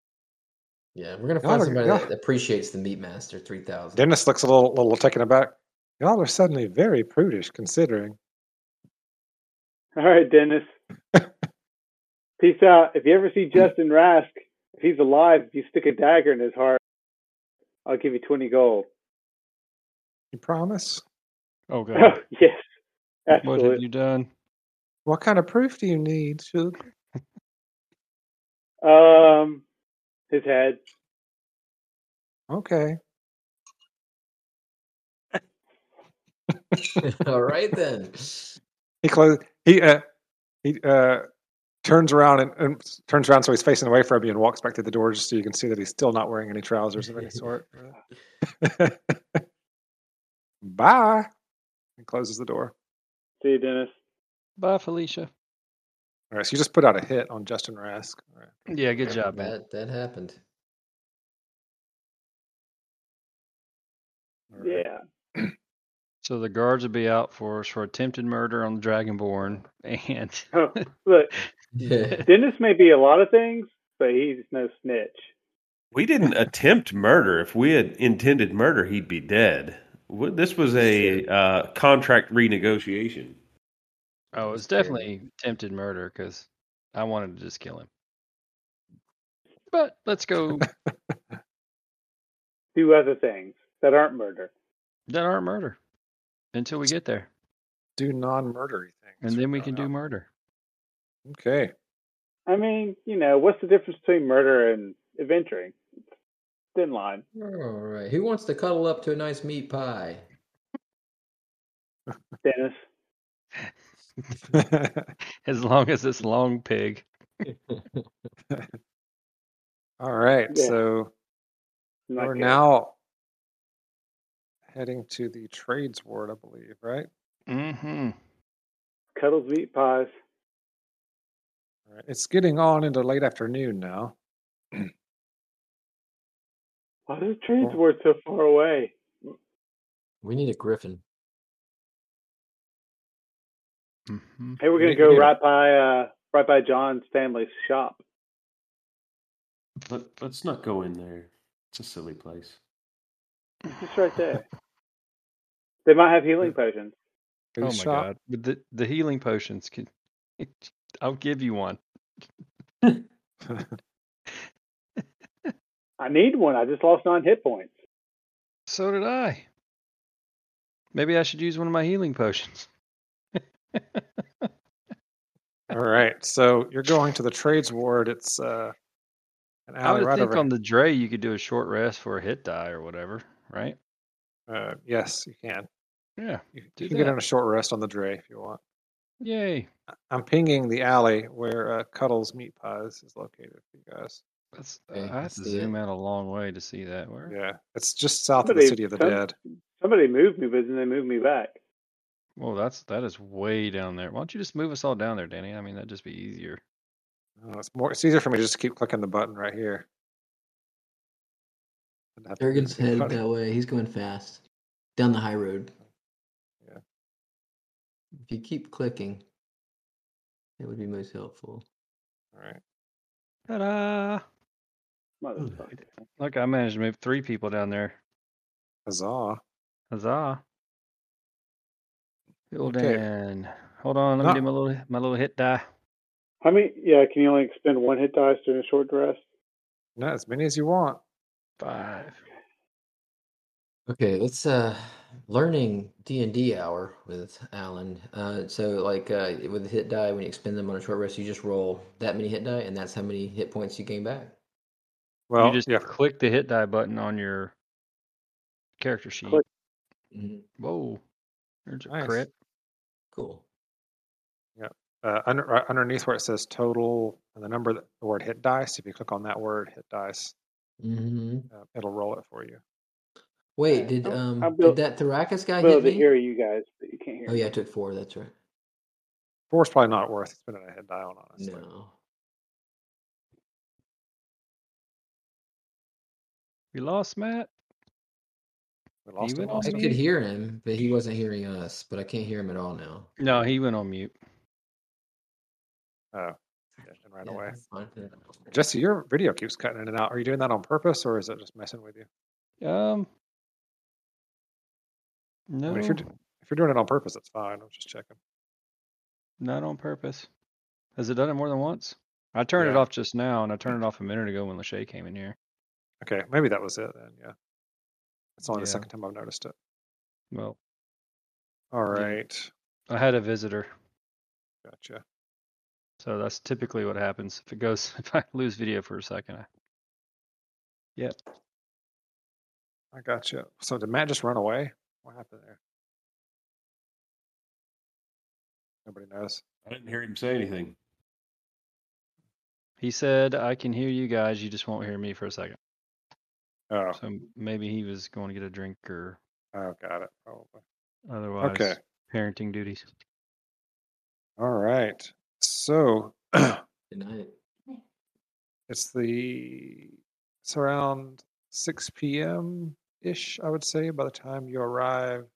yeah, we're gonna Y'all find are- somebody y'all- that appreciates the Meat Master three thousand. Dennis looks a little, little taken aback. Y'all are suddenly very prudish considering. All right, Dennis. Peace out. If you ever see Hmm. Justin Rask, if he's alive, if you stick a dagger in his heart, I'll give you twenty gold. You promise? Oh God. Oh, yes, What have absolutely. you done? What kind of proof do you need, Sugar? Um, his head. Okay. All right then. He close. He uh, he uh, turns around and, and s- turns around so he's facing away from you and walks back to the door just so you can see that he's still not wearing any trousers of any sort. Bye. And closes the door. See you, Dennis. Bye, Felicia. All right. So you just put out a hit on Justin Rask. All right. Yeah, good job, man. That that happened. All right. Yeah. So the guards will be out for us for attempted murder on the Dragonborn, and Oh, look, Yeah. Dennis may be a lot of things, but he's no snitch. We didn't attempt murder. If we had intended murder, he'd be dead. W- This was a uh, contract renegotiation. oh, it's Scary. definitely attempted murder because I wanted to just kill him. But let's go Do other things that aren't murder. that aren't murder until we get there, Do non-murdery things, and then we can do Murder. murder. Okay. I mean, you know, what's the difference between murder and adventuring? Thin line. All right. Who wants to cuddle up to a nice meat pie? Dennis. As long as it's long pig. All right. Yeah. So I'm not we're kidding. now heading to the trades ward, I believe. Right. Mm-hmm. Cuddles meat pies. All right. It's getting on into late afternoon now. Why the trees Well- were so far away? We need a griffin. Mm-hmm. Hey, we're gonna Maybe go we do. right by uh right by John's family's shop. Let, let's not go in there. It's a silly place. Just right there. They might have healing potions. Food Oh my shop. god! But the the healing potions can. I'll give you one. I need one. I just lost nine hit points. So did I. Maybe I should use one of my healing potions. All right. So you're going to the trades ward. It's uh, an I alley would right think over. on the Dre you could do a short rest for a hit die or whatever, right? uh, yes, you can. Yeah. You, Do you can get that. in a short rest on the dray if you want. Yay. I'm pinging the alley where uh, Cuddles Meat Pies is located for you guys. That's uh, Okay, I I have to see zoom out a long way to see that. Where? Yeah, it's just south of Somebody the City of the come- Dead. Somebody moved me, but then they moved me back. Well, that's that is way down there. Why don't you just move us all down there, Danny? I mean, that'd just be easier. Oh, it's more. It's easier for me to just keep clicking the button right here. I'd have to Ergen's keep headed clicking. that way. He's going fast. Down the high road. Yeah. If you keep clicking, it would be most helpful. All right. Ta-da! Motherfucker. Look, I managed to move three people down there. Huzzah. Huzzah! Okay. Building. Hold on, let me Not- do my little my little hit die. How many? Yeah, can you only expend one hit dice during a short rest? No, as many as you want. Five. Okay, let's uh learning D and D hour with Alan. Uh, so like uh, with the hit die, when you expend them on a short rest, you just roll that many hit die, and that's how many hit points you gain back. Well, you just yeah. click the hit die button on your character sheet. Click. Mhm, Whoa! There's a Nice. crit. Cool. Uh, under, right underneath where it says total and the number, that, the word hit dice. If you click on that word, hit dice, hmm uh, it'll roll it for you. Wait, did I'm- um I'm built- did that Therakus guy I'm hit able to me? hear you guys, but you can't hear Oh me. yeah, I took four. That's right. Four's probably not worth spending a hit die on, honestly. No. We lost Matt. We lost Even him, on lost I him. could mute? hear him, but he wasn't hearing us. But I can't hear him at all now. No, he went on mute. Oh, yeah, and ran Yeah, away. that's fine. Jesse, your video keeps cutting in and out. Are you doing that on purpose or is it just messing with you? Um. I No, mean, if you're, d- if you're doing it on purpose, it's fine. I'm just checking. not on purpose. Has it done it more than once? I turned it Yeah. off just now, and I turned it off a minute ago when Lachey came in here. Okay, maybe that was it then. Yeah. It's only the Yeah. second time I've noticed it. Well, All Yeah. right. I had a visitor, Gotcha. so that's typically what happens. If it goes, if I lose video for a second, I, I gotcha. So did Matt just run away? What happened there? Nobody knows. I didn't hear him say anything. he said, "I can hear you guys. You just won't hear me for a second. Oh, So maybe he was going to get a drink or oh, got it. Probably. otherwise Okay. parenting duties. All right. So Good night. it's the it's around six p.m. ish, I would say, by the time you arrive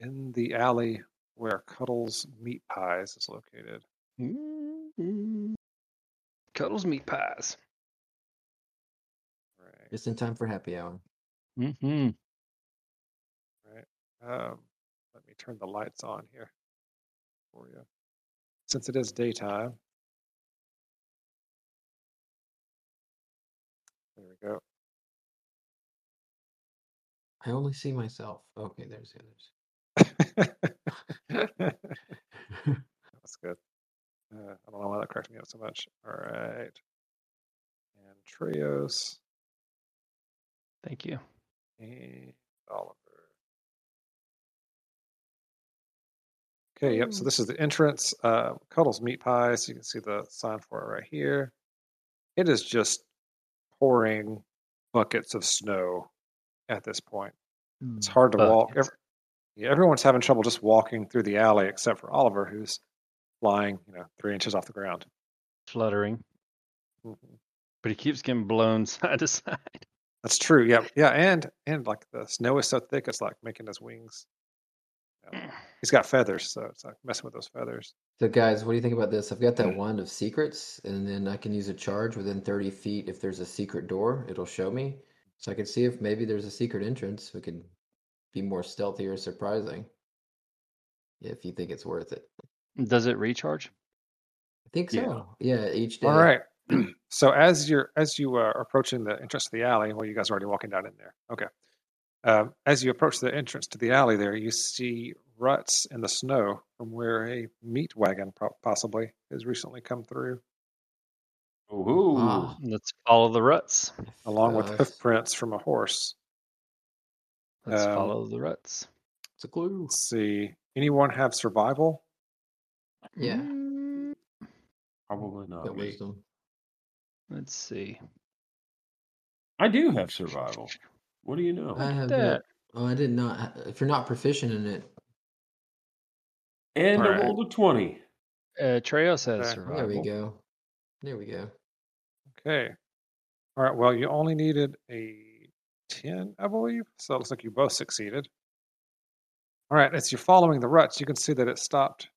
in the alley where Cuddles Meat Pies is located. Mm-mm. Mm-hmm. Cuddles meat pies. Right. Just in time for happy hour. Mm-hmm. Um, let me turn the lights on here for you. Since it is daytime, there we go. I only see myself. Okay, there's the others. That's good. Uh, I don't know why that cracked me up so much. All right. And Trios Thank you. and Oliver. Okay, yep. So this is the entrance. Uh, Cuddles Meat Pies. You can see the sign for it right here. It is just pouring buckets of snow at this point. It's hard to walk. Buckets. Ev- yeah, everyone's having trouble just walking through the alley, except for Oliver, who's flying, you know, three inches off the ground. Fluttering, Mhm. but he keeps getting blown side to side. That's true. Yeah, yeah, and and like the snow is so thick, it's like making his wings. you know, Eh. He's got feathers, so it's like messing with those feathers. So, guys, what do you think about this? I've got that wand of secrets, and then I can use a charge within 30 feet. If there's a secret door, it'll show me. So I can see if maybe there's a secret entrance. We could be more stealthy or surprising if you think it's worth it. Does it recharge? I think Yeah. so. Yeah, each day. All right. so as you're as you are approaching the entrance to the alley, well, you guys are already walking down in there. Okay. Um, as you approach the entrance to the alley, there you see ruts in the snow from where a meat wagon po- possibly has recently come through, Ooh. Ah. Let's follow the ruts. along with Nice. hoof prints from a horse. Let's Um, follow the ruts. It's a clue. Let's see. Anyone have survival? Yeah. Mm, Probably not. Got me. wisdom. Let's see. I do have survival. What do you know? I have that. that. Oh, I did not. ha- If you're not proficient in it, and Alright. I rolled a 20. Uh, Treos has Okay. survival. there we go. There we go. Okay. All right. Well, you only needed a 10, I believe. So it looks like you both succeeded. All right. As you're following the ruts, you can see that it stopped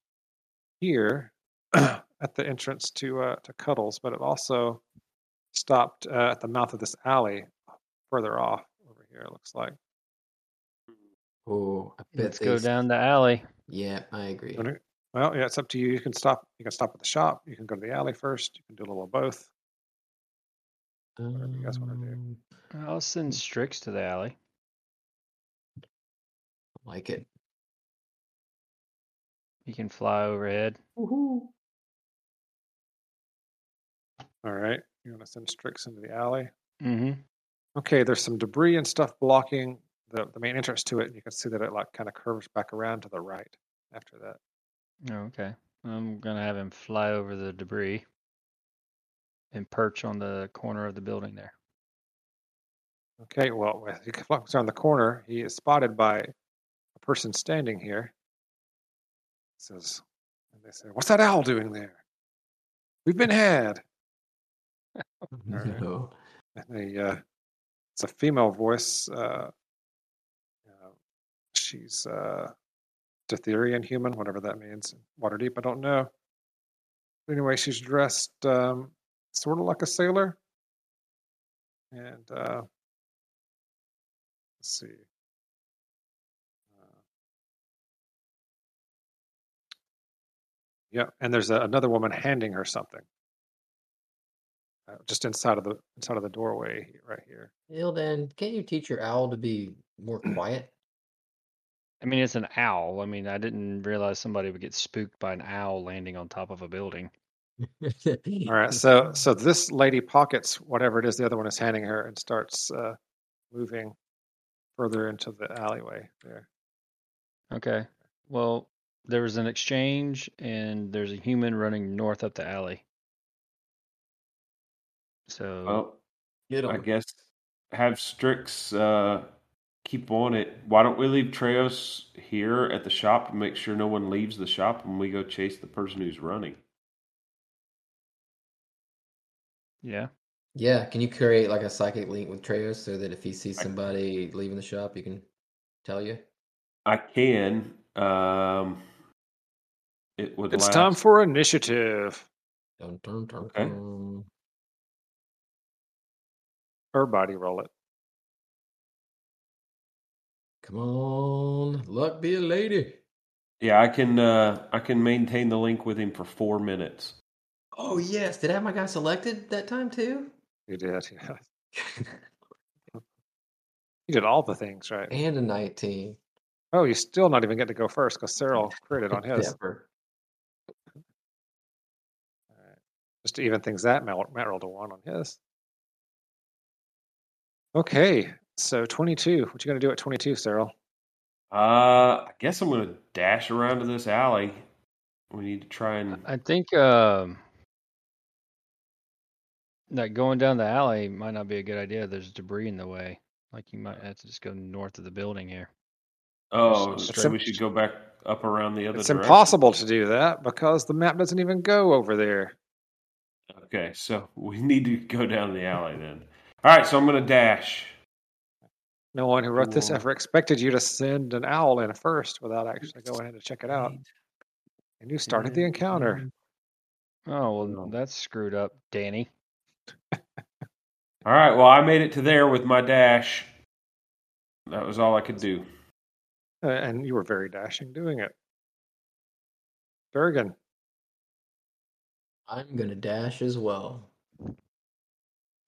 here at the entrance to uh, to Cuddles, but it also stopped uh, at the mouth of this alley further off over here, it looks like. Oh, I bet Let's they go s- down the alley. Yeah, I agree. Wanna- Well, yeah, it's up to you. You can stop. You can stop at the shop. You can go to the alley first. You can do a little of both. whatever you guys wanna do. Um, I'll send Strix to the alley. I like it. He can fly overhead. All right. You want to send Strix into the alley? Mm-hmm. Okay, there's some debris and stuff blocking the, the main entrance to it, and you can see that it like kind of curves back around to the right after that. Oh, okay. I'm gonna have him fly over the debris and perch on the corner of the building there. Okay, well, as he walks around the corner, he is spotted by a person standing here. Says, and they say, "What's that owl doing there? We've been had." right. No. And a uh, it's a female voice. Uh, uh, she's uh, Ditherian human, whatever that means. Waterdeep, I don't know. But anyway, she's dressed um, sort of like a sailor, and uh, let's see. Uh, yeah, and there's a, another woman handing her something. Uh, just inside of the inside of the doorway he- right here. Ildan, can't you teach your owl to be more quiet? I mean, it's an owl. I mean, I didn't realize somebody would get spooked by an owl landing on top of a building. All right, so so this lady pockets whatever it is the other one is handing her and starts uh, moving further into the alleyway there. Okay. Well, there was an exchange, and there's a human running north up the alley. So Well, Get I him. guess have Strix uh, keep on it. Why don't we leave Treos here at the shop to make sure no one leaves the shop and we go chase the person who's running? yeah, Yeah, can you create like a psychic link with Treos so that if he sees I- somebody leaving the shop, he can tell you? I can. Um, it would It's last. time for initiative. Dun, dun, dun, Okay. dun. Her body roll it. Come on, luck be a lady. Yeah, I can. Uh, I can maintain the link with him for four minutes. Oh yes, did I have my guy selected that time too? You did. Yeah. You did all the things right. and a nineteen. Oh, you still not even get to go first because Cyril critted on his. Pepper. All right. Just to even things that Matt, Matt rolled a one on his. Okay, so twenty-two. What you gonna do at twenty-two, Cyril? Uh, I guess I'm gonna dash around to this alley. We need to try Uh, and. I think um, that going down the alley might not be a good idea. There's debris in the way. Like you might have to just go north of the building here. Oh, It's so we im- should go back up around the other. It's direction. impossible to do that because the map doesn't even go over there. Okay, so we need to go down the alley then. All right, so I'm gonna dash. No one who wrote this Cool. ever expected you to send an owl in first without actually going in to check it out. And you started the encounter. Oh well, No. that's screwed up, Danny. All right, well I made it to there with my dash. That was all I could do. Uh, and you were very dashing doing it. Durgan. I'm gonna dash as well.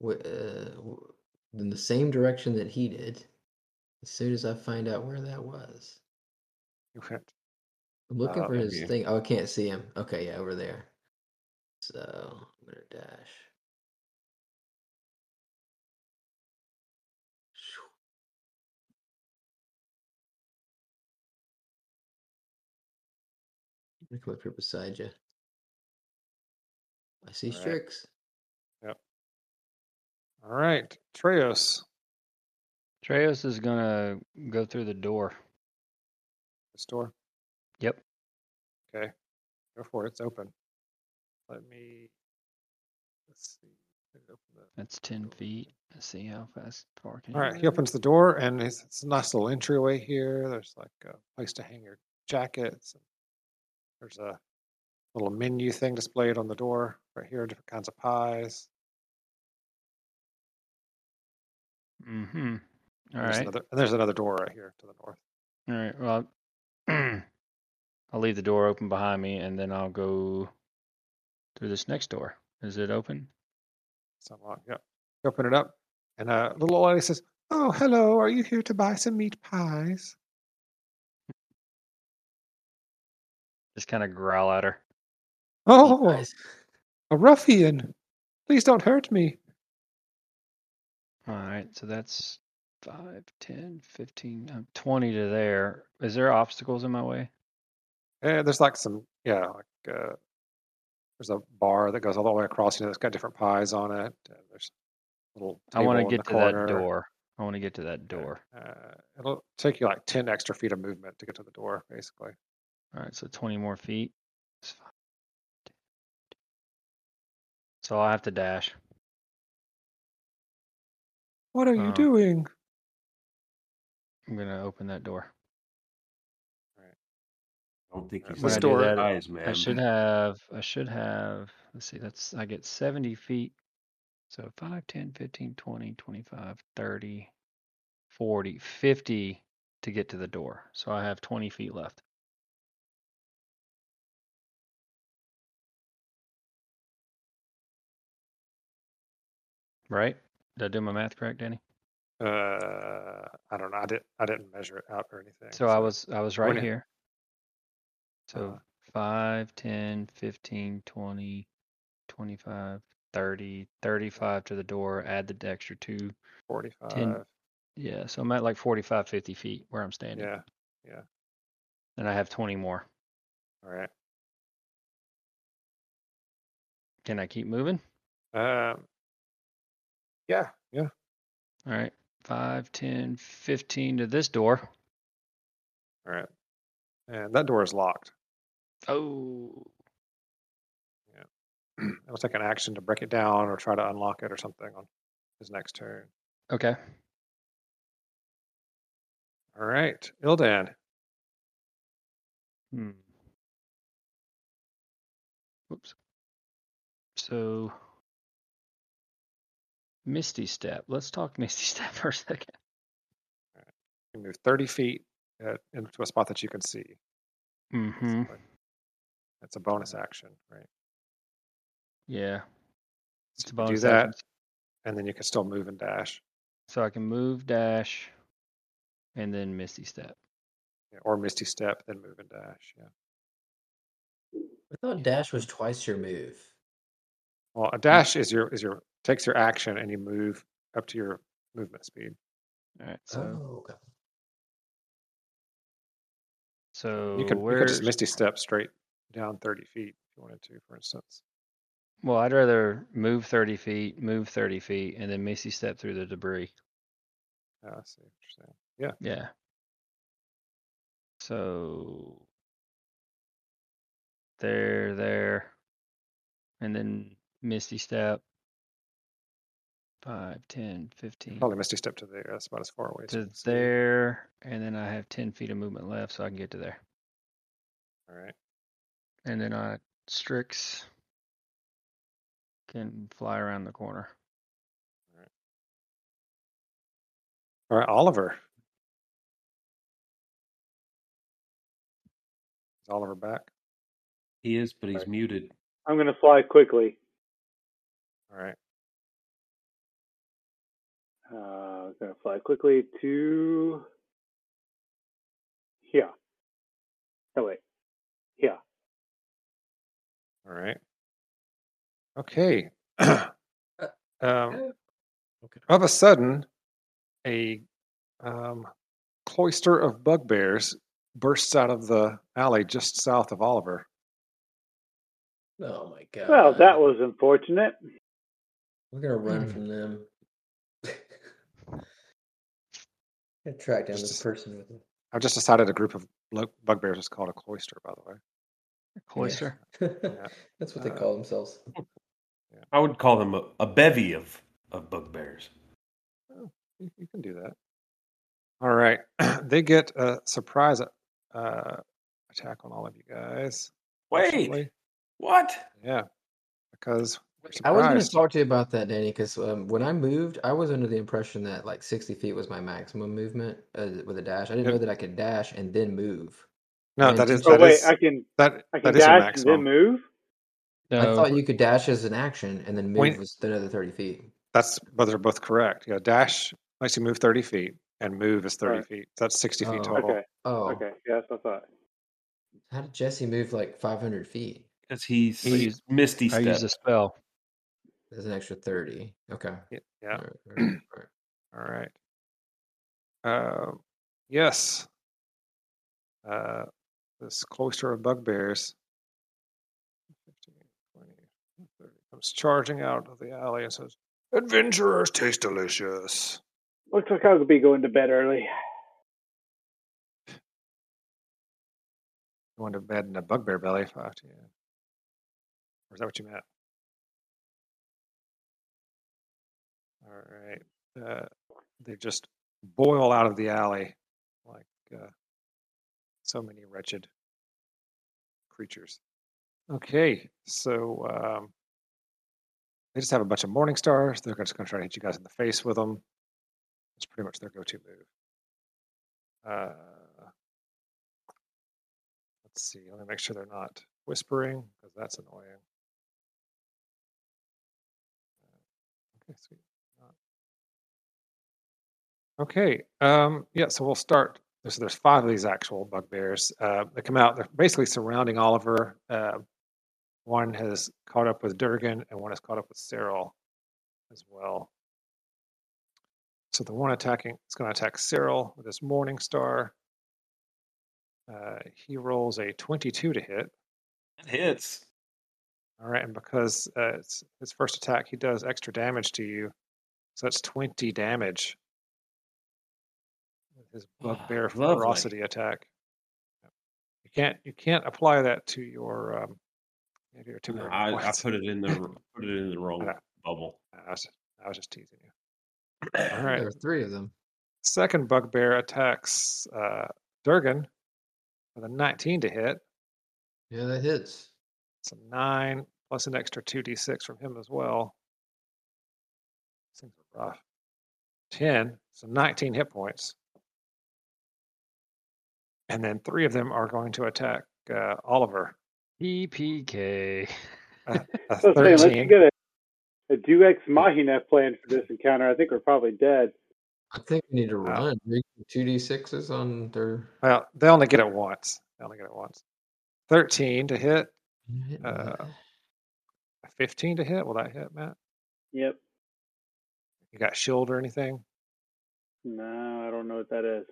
w- uh, w- in the same direction that he did as soon as I find out where that was. Okay. I'm looking Uh, for his okay. thing. Oh, I can't see him. Okay, yeah, over there. So I'm gonna dash. I'm gonna come up here beside you. I see All right. Strix. All right. Treos. Treos is gonna go through the door. This door. Yep. Okay. Go for it. It's open. Let me. Let's see. Let me open That's ten feet. Let's see how fast far can the- All right. He go. opens the door, and it's, it's a nice little entryway here. There's like a place to hang your jackets. There's a little menu thing displayed on the door right here. Different kinds of pies. Mm-hmm. All there's right. Another, and there's another door right here to the north. All right. Well, I'll leave the door open behind me, and then I'll go through this next door. Is it open? It's unlocked. Yep. You open it up, and a little old lady says, "Oh, hello. Are you here to buy some meat pies?" Just kind of growl at her. Meat Oh, pies. a ruffian! Please don't hurt me. All right. So that's 5, 10, 15, uh, 20 to there. Is there obstacles in my way? Uh, there's like some, yeah, like uh, there's a bar that goes all the way across. You know, that's got different pies on it. Uh, there's a little. I want to table in get the to corner. that door. I want to get to that door. Uh, it'll take you like ten extra feet of movement to get to the door, basically. All right. So 20 more feet. It's fine. So I'll have to dash. What are Uh, you doing? I'm going to open that door. I don't think This he's door- that, eyes, man. I should have, I should have, let's see, that's, I get 70 feet. So 5, 10, 15, 20, 25, 30, 40, 50 to get to the door. So I have 20 feet left. Right? Did I do my math correct, Danny? Uh, I don't know. I didn't. I didn't measure it out or anything. So Uh I was, I was right Winner. here. So Uh-huh. 5, 10, 15, 20, 25, 30, 35 to the door. Add the extra two forty-five. Yeah, so I'm at like 45, 50 feet where I'm standing. Yeah. And I have 20 more. All right. Can I keep moving? Um, yeah, yeah. All right. 5, 10, 15 to this door. All right. And that door is locked. Oh, It'll take an action to break it down or try to unlock it or something on his next turn. okay. All right, Ildan. Hmm. Whoops. So, Misty Step. Let's talk Misty Step for a second. You move thirty feet uh, into a spot that you can see. Mm-hmm. basically. That's a bonus action, right? Yeah. It's a So you bonus do that, action. and then you can still move and dash, So I can move, dash, and then Misty Step. yeah, or Misty Step, then move and dash. Yeah. I thought dash was twice your move. Well, Hmm. a dash is your is your takes your action and you move up to your movement speed. All right. So, oh, okay. so You could you could where's... just Misty Step straight down thirty feet if you wanted to, for instance. Well, I'd rather move 30 feet, move 30 feet, and then Missy step through the debris. Yeah, Ah, I see. Interesting. Yeah. So there, there, and then Misty step 5, 10, 15 Probably Misty Step to there. That's about as far away as you Hmm. to can see. there, and then I have 10 feet of movement left, so I can get to there. All right. And then I Strix can fly around the corner. All right, Oliver. Is Oliver back? He is, but he's Right. muted. I'm going to fly quickly. All right. Uh, I was going to fly quickly to here. No, wait. Here. All right. Okay. um, Of a sudden, a um, cloister of bugbears bursts out of the alley just south of Oliver. Oh my god. Well, that was unfortunate. We're gonna Mm. run from them. Gonna track down Just this a- person with it. I've just decided a group of lo- bugbears is called a cloister, by the way. Cloister. Yeah. That's what they Uh, call themselves. I would call them a, a bevy of, of bugbears. You, you can do that. All right. they get a surprise uh, attack on all of you guys. Wait, fortunately. what? Yeah. Because we're I was going to surprised. talk to you about that, Danny, because um, when I moved, I was under the impression that like 60 feet was my maximum movement uh, with a dash. I didn't Yep. know that I could dash and then move. No, and that is. to- Oh that wait, is- I can that, I can that is your dash and then maximum. move. I No, thought you could dash as an action and then move When- was another 30 feet. That's, but they're both correct. Yeah. Dash makes you move 30 feet, and move is 30 Right. feet. That's 60 feet Oh. total. Okay, Oh, okay, yeah, that's what I thought. how did Jesse move like 500 feet? Because he's I use- misty I step. used a spell. There's an extra 30. Okay. Yeah. All yeah. right, all right, all right. All right. Um, yes. Uh, this cloister of bugbears 15, 20, 30, comes charging out of the alley and says, Adventurers taste delicious. Looks like I'll be going to bed early. Going to bed in a bugbear belly. Fuck yeah. Or is that what you meant? All right. Uh, they just boil out of the alley like uh, so many wretched creatures. Okay, so um, they just have a bunch of morning stars. They're just going to try to hit you guys in the face with them. It's pretty much their go-to move. Uh, let's see. Let me make sure they're not whispering because that's annoying. Uh, Okay, sweet. Not- Okay. Um, yeah, so we'll start. So there's five of these actual bugbears. Uh, they come out. They're basically surrounding Oliver. Uh, one has caught up with Durgan, and one has caught up with Cyril as well. So the one attacking is going to attack Cyril with his Morning Star. Uh, he rolls a 22 to hit. It hits. All right, and because uh, it's his first attack, he does extra damage to you. So that's 20 damage. with His Ah, bugbear lovely. ferocity attack. You can't you can't apply that to your um, to your temporary I, I points. put it in the put it in the wrong Okay. bubble. I was, I was just teasing you. All right. There are three of them. Second bugbear attacks uh, Durgan with a 19 to hit. Yeah, that hits. It's a 9 plus an extra 2d6 from him as well. These Things are rough. 10, so 19 hit points. And then three of them are going to attack uh, Oliver. PPK. A So I was saying, let's 13. get a a Duex Mahina plan for this encounter. I think we're probably dead. I think we need to run. We can Two d6s on their. Well, they only get it once. They only get it once. 13 to hit. Mm-hmm. Uh, Uh, Oh. 15 to hit. Will that hit, Matt? Yep. You got shield or anything? No, I don't know what that is.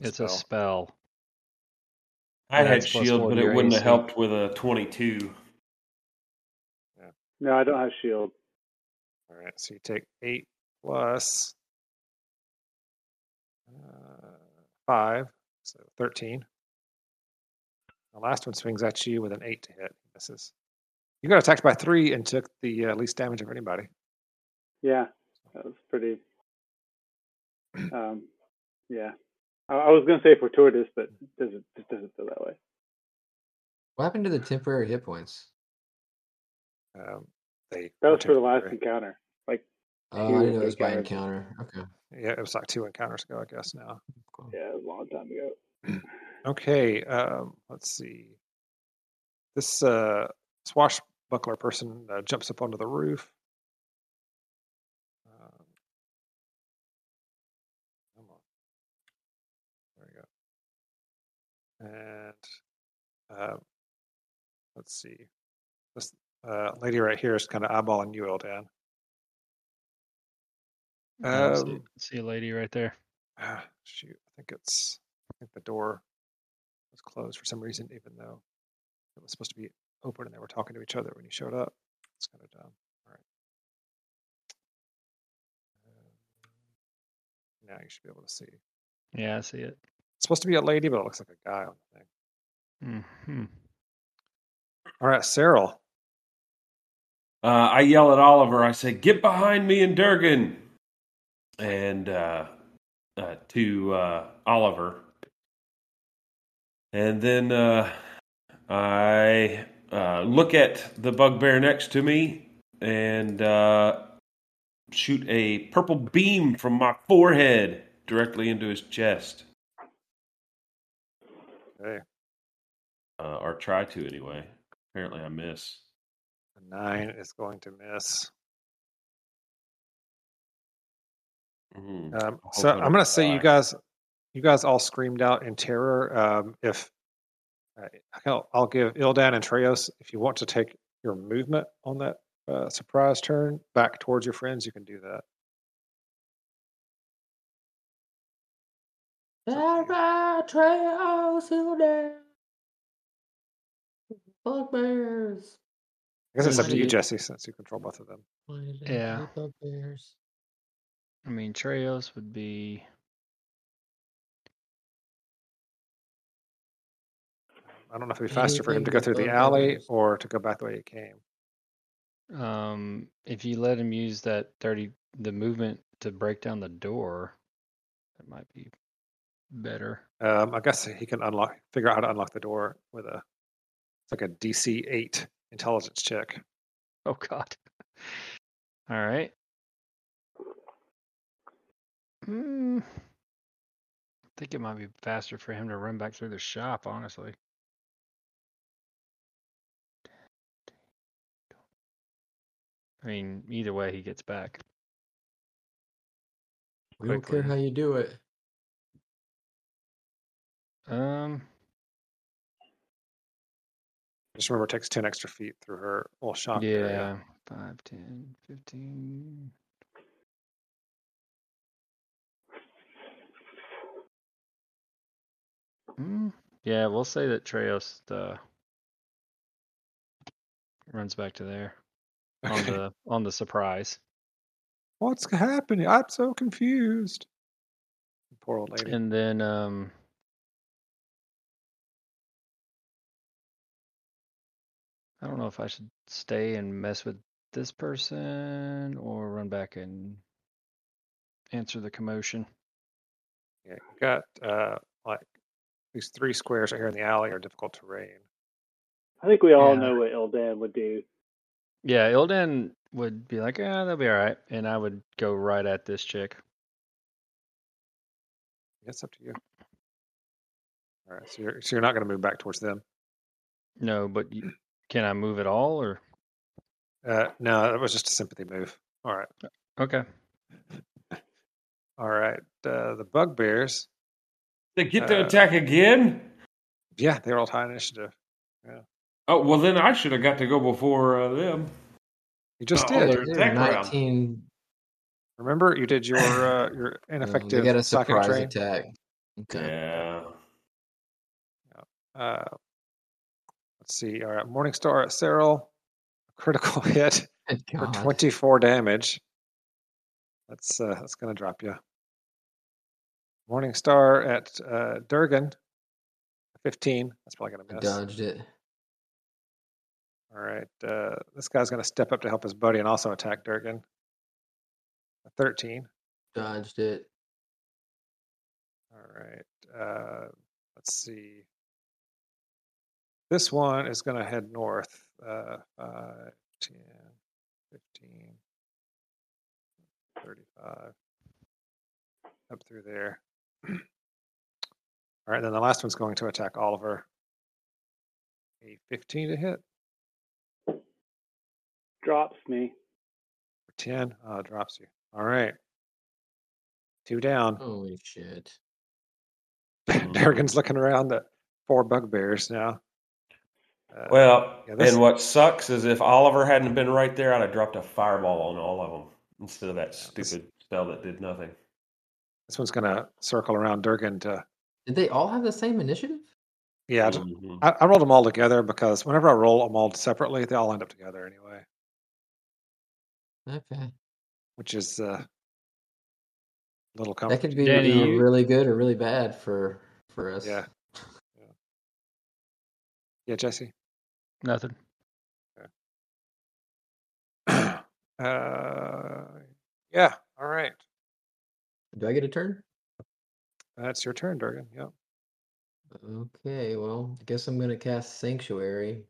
It's a spell. I And had that's plus shield, one but to it your wouldn't have AC. helped with a twenty-two. No, I don't have shield. All right, so you take eight plus uh, five, so 13. The last one swings at you with an eight to hit. Misses. You got attacked by three and took the uh, least damage of anybody. Yeah, that was pretty. Um, yeah, I, I was gonna say fortuitous, but it doesn't it doesn't feel that way. what happened to the temporary hit points? Um, they That were was for the last temporary. encounter. Oh, Two I didn't know it was by encounters. encounter. Okay. Yeah, it was like two encounters ago, I guess. Now, Cool. Yeah, it was a long time ago. okay. Um, let's see. This uh, swashbuckler person uh, jumps up onto the roof. Um, Uh, let's see. This uh, lady right here is kind of eyeballing you, Eldan. I see, Um, see a lady right there. ah, shoot, I think it's. I think the door was closed for some reason, even though it was supposed to be open and they were talking to each other when you showed up. It's kind of dumb. All right. Um, Now you should be able to see. It's Yeah, I see it. supposed to be a lady, but it looks like a guy on the thing. hmm All right, Cyril. Uh, I yell at Oliver. I say, "Get behind me and Durgan!" And uh, uh, to uh, Oliver, and then uh, I uh, look at the bugbear next to me and uh, shoot a purple beam from my forehead directly into his chest, Hey, uh, or try to anyway. Apparently, I miss. the nine is going to miss. Mhm. Um, hope so I don't I'm going to say you die. guys, you guys all screamed out in terror. Um, if uh, I'll, I'll give Ildan and Treos, if you want to take your movement on that uh, surprise turn back towards your friends, you can do that. Alright, Treos, Hilda. Bugbears. I guess it's up to you, Right. Jesse, since you control both of them. Why did I Yeah. say Bugbears? I mean, Treos would be. I don't know if it'd be Anything faster for him to go with through the bug alley bars. or to go back the way he came. Um, if you let him use that thirty, the movement to break down the door, that might be better. Um, I guess he can unlock, figure out how to unlock the door with a, it's like a DC eight intelligence check. Oh God. All right. Mm. I think it might be faster for him to run back through the shop, honestly. I mean, either way, he gets back. We don't care Quickly. how you do it. Um, Just remember, it takes ten extra feet through her little shop area. yeah, 5, 10, 15. Mm. Yeah, we'll say that Treos uh, runs back to there on Okay. the on the surprise, What's happening? I'm so confused. Poor old lady. and then um, I don't know if I should stay and mess with this person or run back and answer the commotion. Yeah, you got uh, like these three squares right here in the alley are difficult terrain. I think we all Yeah. know what Ildan would do. Yeah, Ilden would be like, "Yeah, that'll be all right," and I would go right at this chick. It's up to you. All right, so you're so you're not going to move back towards them. No, but y can I move at all? Or Uh, no, that was just a sympathy move. All right, okay, all right. Uh, the bugbears. They get to Uh, attack again. Yeah, they're all high initiative. Oh well, then I should have got to go before uh, them. You just Oh, did. they're- They're Attack round. 19. Remember, you did your uh, your Um, they got a ineffective psychic surprise drain. attack. Okay. Yeah. Uh, let's see. All right, Morningstar at Cyril, critical hit. Good for God. 24 damage. That's uh, that's gonna drop you. Morning Star at uh, Durgan, 15. That's probably I gonna miss. dodged it. All right, uh, this guy's gonna step up to help his buddy and also attack Durgan. A 13. Dodged it. All right, uh, let's see. This one is gonna head north. Uh, 5, 10, 15, 35, up through there. All right, then the last one's going to attack Oliver. A 15 to hit. Drops me. 10 uh, drops you. All right. Two down. Holy shit. Durgan's looking around at four bugbears now. Uh, Well, yeah, this- and what sucks is if Oliver hadn't been right there, I'd have dropped a fireball on all of them instead of that this- stupid spell that did nothing. this one's going to circle around Durgan to. Did they all have the same initiative? Yeah, Mm-hmm. Mhm. I, I rolled them all together because whenever I roll them all separately, they all end up together anyway, Okay. which is uh, a little That comforting. could be Danny, either you- really good or really bad for for us. Yeah. yeah. Yeah, Jesse. Nothing. uh, yeah. All right. Do I get a turn? That's your turn, Durgan. Yep. Okay, well, I guess I'm gonna cast Sanctuary.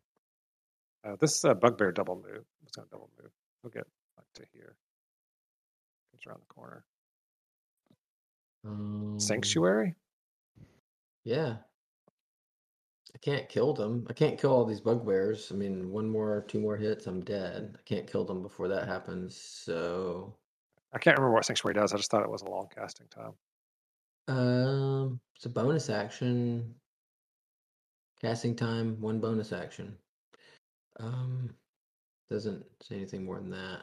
Uh, this uh, bugbear double move. It's not double move. We'll get like, to here. It's around the corner. Um, Sanctuary. Yeah. I can't kill them. I can't kill all these bugbears. I mean, one more, two more hits, I'm dead. I can't kill them before that happens. So, I can't remember what sanctuary does. I just thought it was a long casting time. um, it's a bonus action. Casting time, one bonus action. Um, doesn't say anything more than that.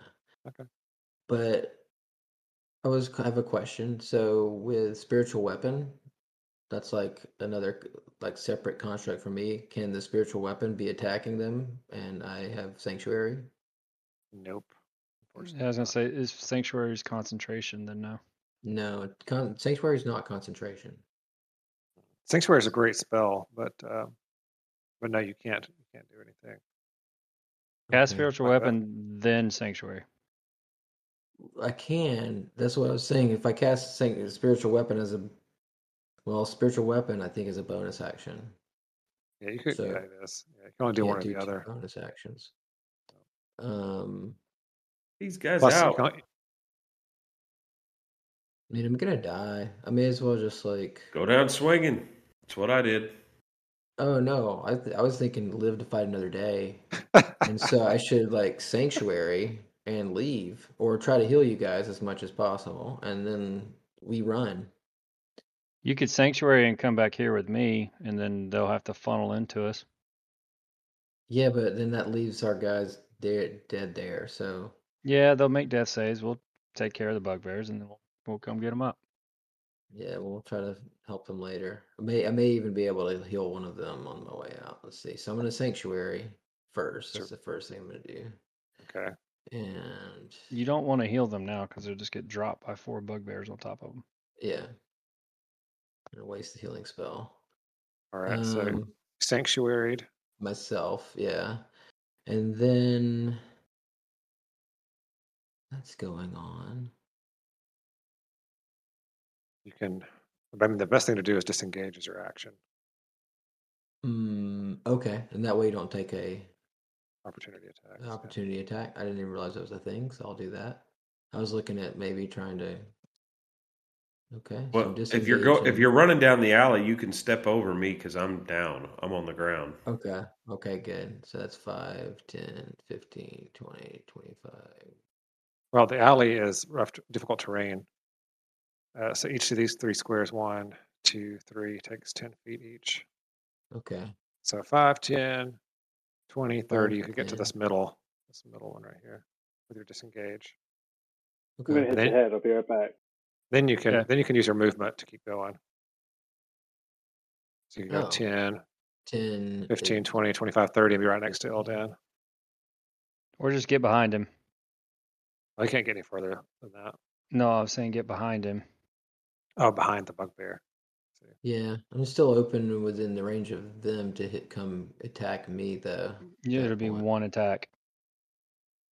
Okay. But I was I have a question. So with spiritual weapon, that's like another c- like separate construct for me. Can the spiritual weapon be attacking them and I have sanctuary? Nope. unfortunately I was gonna not. say is sanctuary's concentration. Then no. No, con- sanctuary is not concentration. Sanctuary is a great spell, but um, but no, you can't you can't do anything. Cast Okay. spiritual Like that. weapon, then sanctuary. I can. That's what I was saying. If I cast sanct- spiritual weapon as a well, spiritual weapon I think is a bonus action. Yeah, you could. So- yeah, it is. Yeah, you can only do one Can't or the two other. bonus actions. Um, These guys Plus, you out. can only- I mean, I'm gonna die. I may as well just like. Go down swinging. That's what I did. Oh no, I th- I was thinking live to fight another day, and so I should like sanctuary and leave, or try to heal you guys as much as possible, and then we run. You could sanctuary and come back here with me, and then they'll have to funnel into us. Yeah, but then that leaves our guys there dead there. So Yeah, they'll make death saves. We'll take care of the bugbears, and then we'll, we'll come get them up. yeah, we'll try to help them later. I may I may even be able to heal one of them on my way out. Let's see. So I'm gonna sanctuary first. Sure. That's the first thing I'm gonna do, okay. and You don't want to heal them now because they'll just get dropped by four bugbears on top of them. yeah, I'm gonna waste the healing spell. All right. so Um, sanctuaried. myself, yeah. And then that's going on. You can. I mean, the best thing to do is disengage as your action Mm, okay, and that way you don't take a opportunity attack. an opportunity attack. I didn't even realize that was a thing, so I'll do that. I was looking at maybe trying to. Okay, so Well, if you're disengage go, if and- you're running down the alley, you can step over me because I'm down. I'm on the ground. Okay, okay, good. So that's 5, 10, 15, 20, 25. Well, the alley is rough, difficult terrain. Uh, so each of these three squares, one, two, three, takes 10 feet each. Okay, So 5, 10, 20, 30. You could get to 10. this middle, this middle one right here with your disengage. I'm gonna okay. hit They- the head. I'll be right back. Then you can Yeah. then you can use your movement to keep going. So you can go Oh. 10, 10, 15, eight- 20, 25, 30 and be right next to Ildan. Or just get behind him. I can't get any further than that. No, I was saying get behind him. Oh, behind the bugbear. See. Yeah, I'm still open and within the range of them to hit come attack me though. Yeah, that it'll be point. one attack.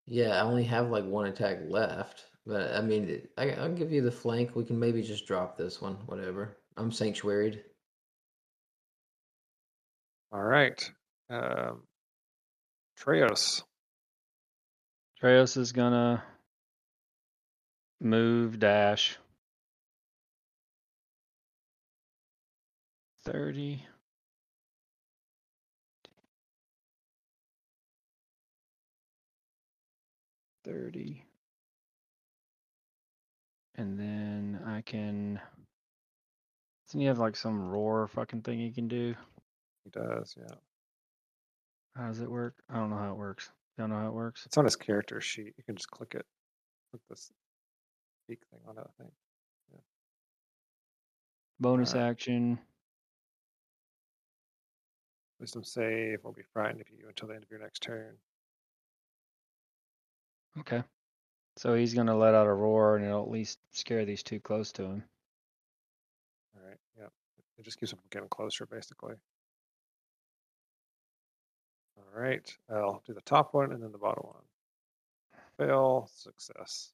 Yeah, I only have like one attack left, but I mean, it- I, I'll give you the flank. We can maybe just drop this one, whatever. I'm sanctuaried. All right. Um, Treos. Treos is gonna move dash. 30. Thirty. And then I can doesn't he have like some roar fucking thing he can do? He does, yeah. How does it work? I don't know how it works. Y'all know how it works? It's on his character sheet. You can just click it. Click this speak thing on it, I think. Bonus Alright. action. Wisdom save will be frightened of you until the end of your next turn. Okay. So he's going to let out a roar and it'll at least scare these two close to him. All right. Yep. It just keeps them from getting closer, basically. All right. I'll do the top one and then the bottom one. Fail, success.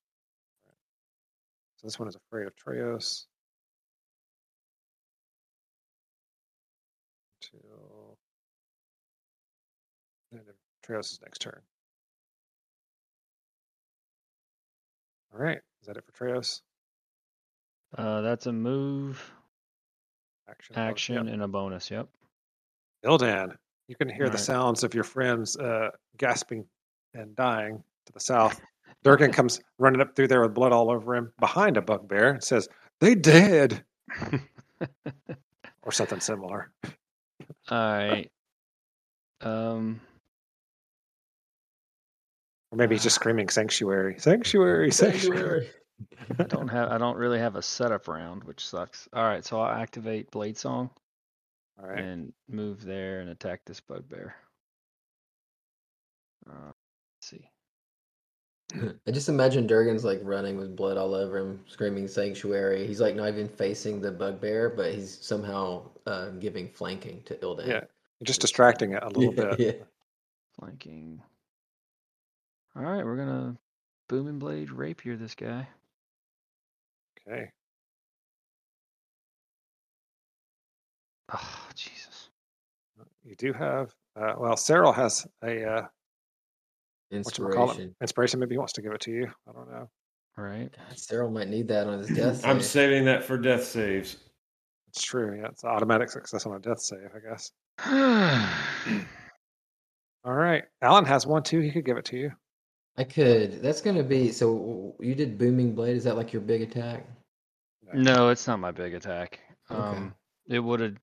All right. So this one is afraid of Treos. Until the end of Treos' next turn. All right. Is that it for Treos? Uh, that's a move, Action. bonus. Yep. action, and a bonus. Yep. Ildan, you can hear the Alright. sounds of your friends uh, gasping and dying to the south. Durkin comes running up through there with blood all over him behind a bugbear and says, They dead, or something similar. All right. Um, Or maybe he's just screaming, Sanctuary, Sanctuary, Sanctuary. I don't have. I don't really have a setup round, which sucks. All right, so I'll activate Blade Song All right. and move there and attack this bugbear. Uh, let's see. I just imagine Durgan's like running with blood all over him, screaming sanctuary. He's like not even facing the bugbear, but he's somehow uh, giving flanking to Ildan. Yeah, Just distracting it a little Yeah, bit. yeah. flanking. All right, we're gonna boom and blade rapier this guy. Okay. Oh, Jesus. You do have, uh, well, Cyril has a, uh, whatchamacallit, Inspiration. inspiration. Maybe he wants to give it to you. I don't know. Right. Cyril might need that on his death. I'm save. saving that for death saves. It's true. Yeah. It's an automatic success on a death save, I guess. All right. Alan has one too. He could give it to you. I could. That's gonna be. So w- w- you did booming blade. Is that like your big attack? no, it's not my big attack. Okay. Um, it would have.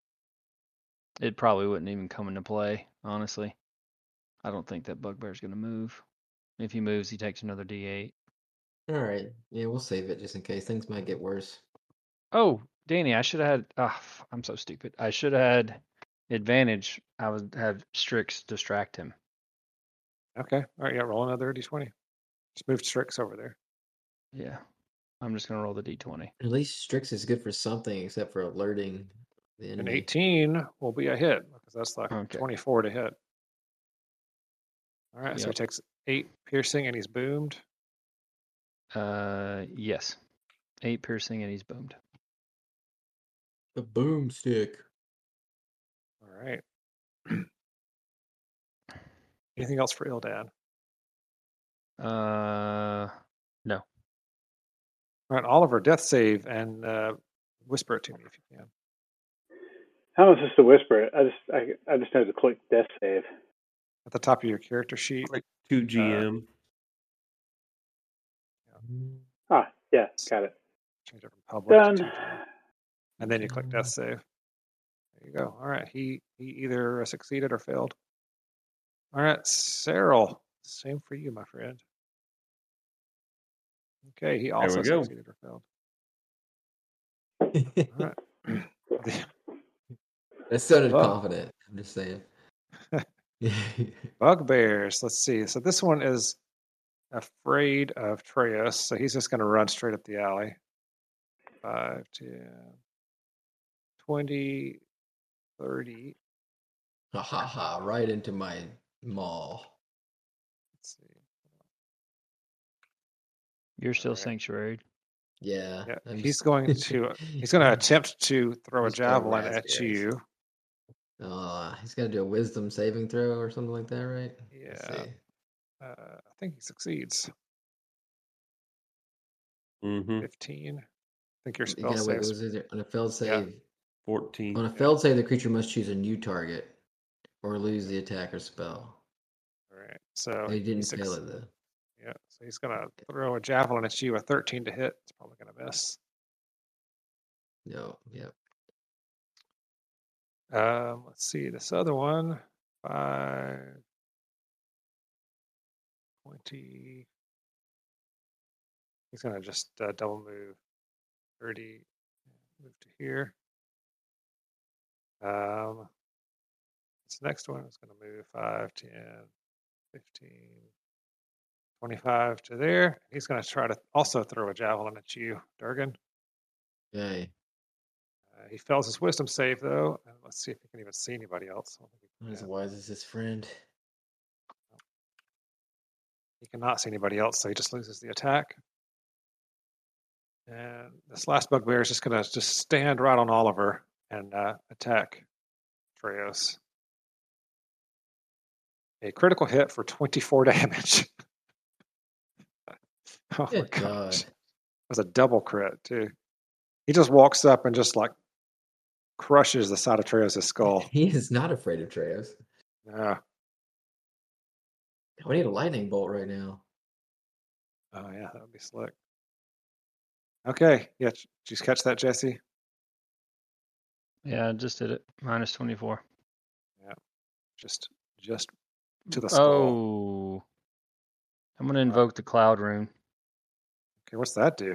It probably wouldn't even come into play, honestly. I don't think that bugbear's gonna move. If he moves, he takes another D8. All right. Yeah, we'll save it just in case things might get worse. Oh, Danny, I should have had. Ah, f- I'm so stupid. I should have had advantage. I would have Strix distract him. Okay. All right. Yeah. Roll another d20. Just move Strix over there. Yeah. I'm just gonna roll the D20. At least Strix is good for something except for alerting the An enemy. 18 will be a hit because that's like Okay. 24 to hit. All right. So he Yep. takes eight piercing and he's boomed. Uh, yes. Eight piercing and he's boomed. The boomstick. All right. Anything else for Ildan? Uh, All right. Oliver, death save and uh, whisper it to me if you can. How am I supposed to whisper it? I just I, I just know to click death save. At the top of your character sheet, Click. Two GM. Ah, yeah, got it. change it from public to Done. TPM. and then you click Mm-hmm. death save. There you go. All right, he he either succeeded or failed. All right, Cyril, same for you, my friend. Okay, he we also go. succeeded or failed. All that right. The sounded Well. confident. I'm just saying. bugbears. Let's see. So this one is afraid of Treus, so he's just going to run straight up the alley. Five, 10, 20, 30, ha ha ha! Right into my maul. Let's see. you're still Alright. sanctuaried. Yeah. Yeah, I'm he's just- going to uh, he's going to attempt to throw a He's throwing javelin at raspberries. you. Uh, he's got to do a wisdom saving throw or something like that, right? Let's Yeah. see. Uh, I think he succeeds. Uh, Mm-hmm. Mm. Fifteen. I think your You spell gotta wait, saves. was it on a failed Yeah. save. On 14. a failed save, the creature must choose a new target or lose the attacker spell. All right. So They didn't succ- fail it though. Yeah. So he's going to throw a javelin at you. A thirteen to hit. It's probably going to miss. No, yep. Um, let's see this other one. 5, 20. He's going to just uh, double move 30, move to here. Um, this next one is going to move 5, 10, 15, 25 to there. He's going to try to also throw a javelin at you, Durgan. Yay. Uh, he fails his wisdom save, though. And let's see if he can even see anybody else. I don't think he Not as can. wise as his friend. He cannot see anybody else, so he just loses the attack. And this last bugbear is just going to just stand right on Oliver and uh, attack Treos. A critical hit for 24 damage. oh my Good gosh. God. It was a double crit, too. He just walks up and just like crushes the side of Treos' skull. Ah, He is not afraid of Treos. Yeah. We need a lightning bolt right now. Oh yeah, that would be slick. Okay, yeah, j- did you catch that, Jesse? Yeah, I just did it. Minus 24. Just, just to the skull. Oh. I'm going to invoke the cloud rune. Okay, what's that do?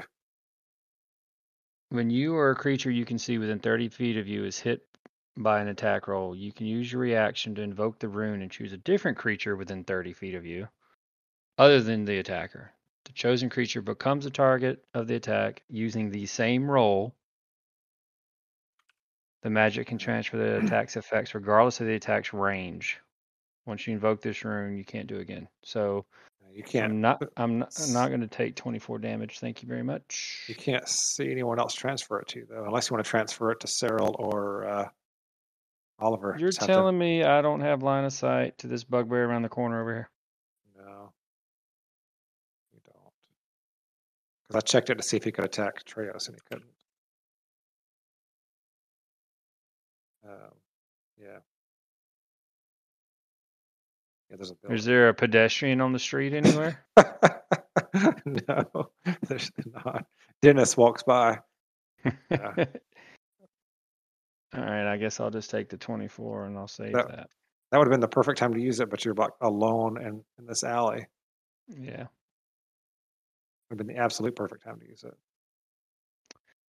When you or a creature you can see within 30 feet of you is hit by an attack roll, you can use your reaction to invoke the rune and choose a different creature within 30 feet of you, other than the attacker. The chosen creature becomes a target of the attack using the same roll. The magic can transfer the attack's effects regardless of the attack's range. Once you invoke this rune, you can't do it again. So Uh, You can't, I'm not I'm not, s- not going to take 24 damage. Thank you very much. you can't see anyone else transfer it to though, unless you want to transfer it to Cyril or uh, Oliver. You're Just have to- telling me I don't have line of sight to this bugbear around the corner over here? no, you don't. Because I checked it to see if he could attack Treos, and he couldn't. Um, yeah. Yeah, there's a building. Is there a pedestrian on the street anywhere? no, there's not. Dennis walks by. Yeah. All right, I guess I'll just take the 24 and I'll save That- that. That would have been the perfect time to use it, but you're like alone in, in this alley. Yeah. Would have been the absolute perfect time to use it.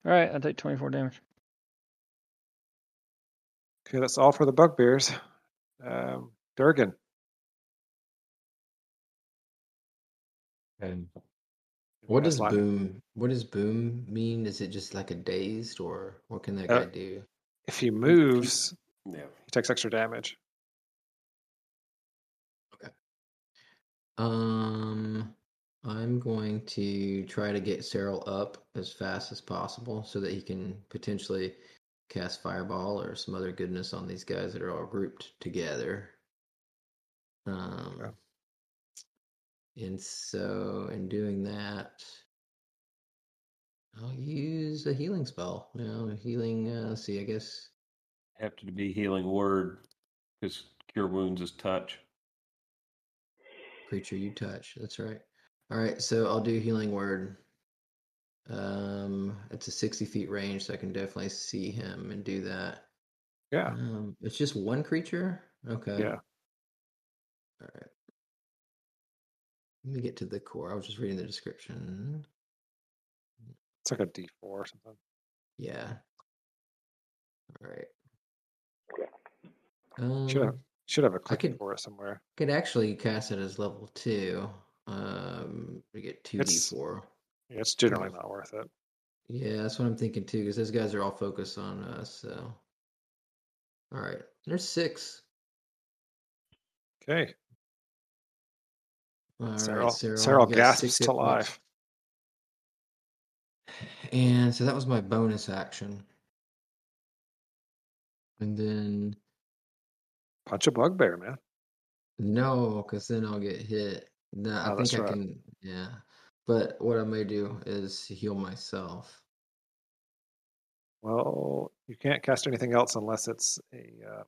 All right, I'll take 24 damage. Okay, that's all for the bugbears. Um, Durgan, And anybody what else does like- boom? What does boom mean? Is it just like a dazed, or what can that Uh, guy do? if he moves, Yeah. he takes extra damage. Um, I'm going to try to get Cyril up as fast as possible so that he can potentially cast fireball or some other goodness on these guys that are all grouped together. Um, and so in doing that, I'll use a healing spell. You know, healing. Uh, let's see, I guess. Have to be healing word because cure wounds is touch. Creature you touch. That's right. All right, so I'll do healing word. Um, it's a sixty feet range, so I can definitely see him and do that. Yeah, Um, it's just one creature. Okay. yeah. All right. Let me get to the core. I was just reading the description. It's like a D4 or something. Yeah. All right. Should have Um, should have a click can- for it somewhere. could actually cast it as level two. Um, we get two D It's- four. Yeah, it's generally not worth it. Yeah, that's what I'm thinking too, because those guys are all focused on us. So, all right, there's six. Okay, All right, Cyril. Cyril, Cyril you got six gasps hit to points. life. And so that was my bonus action. And then Punch a bugbear, man. no, because then I'll get hit. No, I Oh, think that's I right. can. Yeah, but what I may do is heal myself. Well, you can't cast anything else unless it's a uh,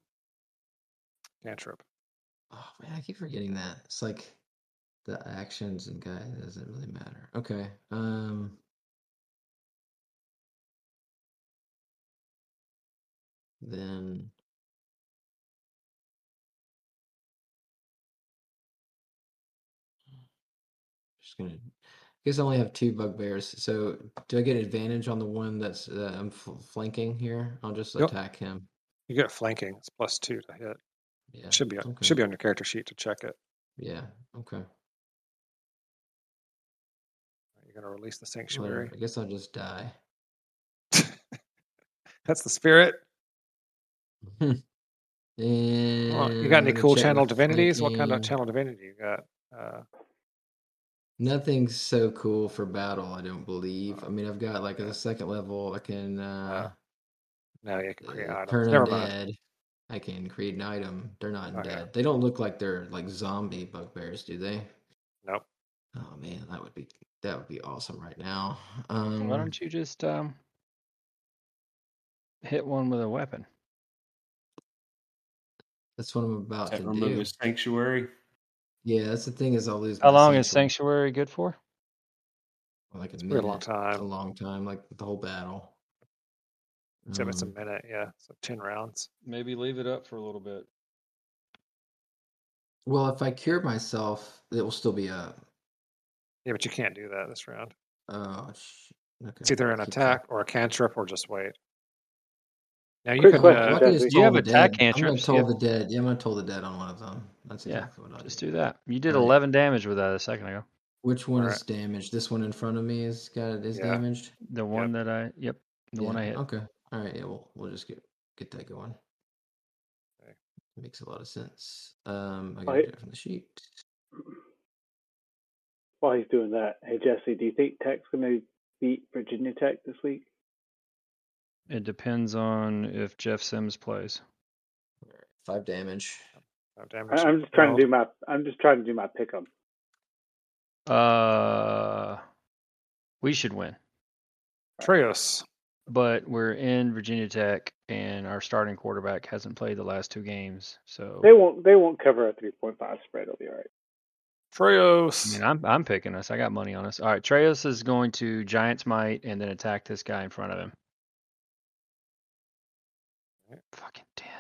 cantrip. Oh man, I keep forgetting that. It's like the actions and guy it doesn't really matter. Okay. Um then just gonna. I guess I only have two bugbears. So do I get advantage on the one that's uh, I'm f- flanking here? I'll just Yep. attack him. You get flanking. It's plus two to hit. Yeah. It should be on, okay. should be on your character sheet to check it. Yeah. Okay. You're going to release the Whatever. sanctuary. I guess I'll just die. That's the spirit. and Well, you got any let me cool check my channel divinities? What kind of flanking. channel divinity you got? Uh, Nothing's so cool for battle. I don't believe. I mean, I've got like at the second level, I can uh, no, you can Ah, create uh, items. turn Never mind. undead. I can create an item. They're not Okay. undead. They don't look like they're like zombie bugbears, do they? Nope. Oh man, that would be that would be awesome right now. Why Um, don't you just um hit one with a weapon? that's what I'm about to That remove do. his sanctuary. Yeah, that's the thing is I'll lose. How my long is sanctuary sanctuary good for? for, Like a It's a pretty long minute. Oh, It's a time. long time. Like the whole battle. Except it's a Um, minute. Yeah. So 10 rounds. Maybe leave it up for a little bit. well, if I cure myself, it will still be up. Yeah, but you can't do that this round. Oh, sh- okay. It's either an Keep track. attack or a cantrip or just wait. Now you Quick can. question, Well, I Uh, Jeff. could Jesse. just You toll have the attack dead. I'm gonna cantrips, toll yeah. the dead. Yeah, I'm gonna toll the dead on one of them. That's Yeah, exactly what I Just do. do that. You did All right. 11 damage with that a second ago. Which one all right. is damaged? This one in front of me is got is Yeah. damaged. The Yep. one that I, yep, the one Yeah. I hit. Okay. All right. Yeah. We'll we'll just get get that going. Okay. Makes a lot of sense. Um, While, I gotta he- get it from the sheet. while he's doing that, hey Jesse, do you think Tech's gonna beat Virginia Tech this week? It depends on if Jeff Sims plays. All right, Five damage. No I, oh, damage. I'm just trying Rolled. to do my I'm just trying to do my pick 'em. Uh, we should win, Trios. but we're in Virginia Tech, and our starting quarterback hasn't played the last two games. So, They won't they won't cover a three point five spread. It'll be all right. I Trios. mean, I'm I'm picking us. I got money on us. All right, Treyos is going to Giants Might and then attack this guy in front of him. Fucking ten.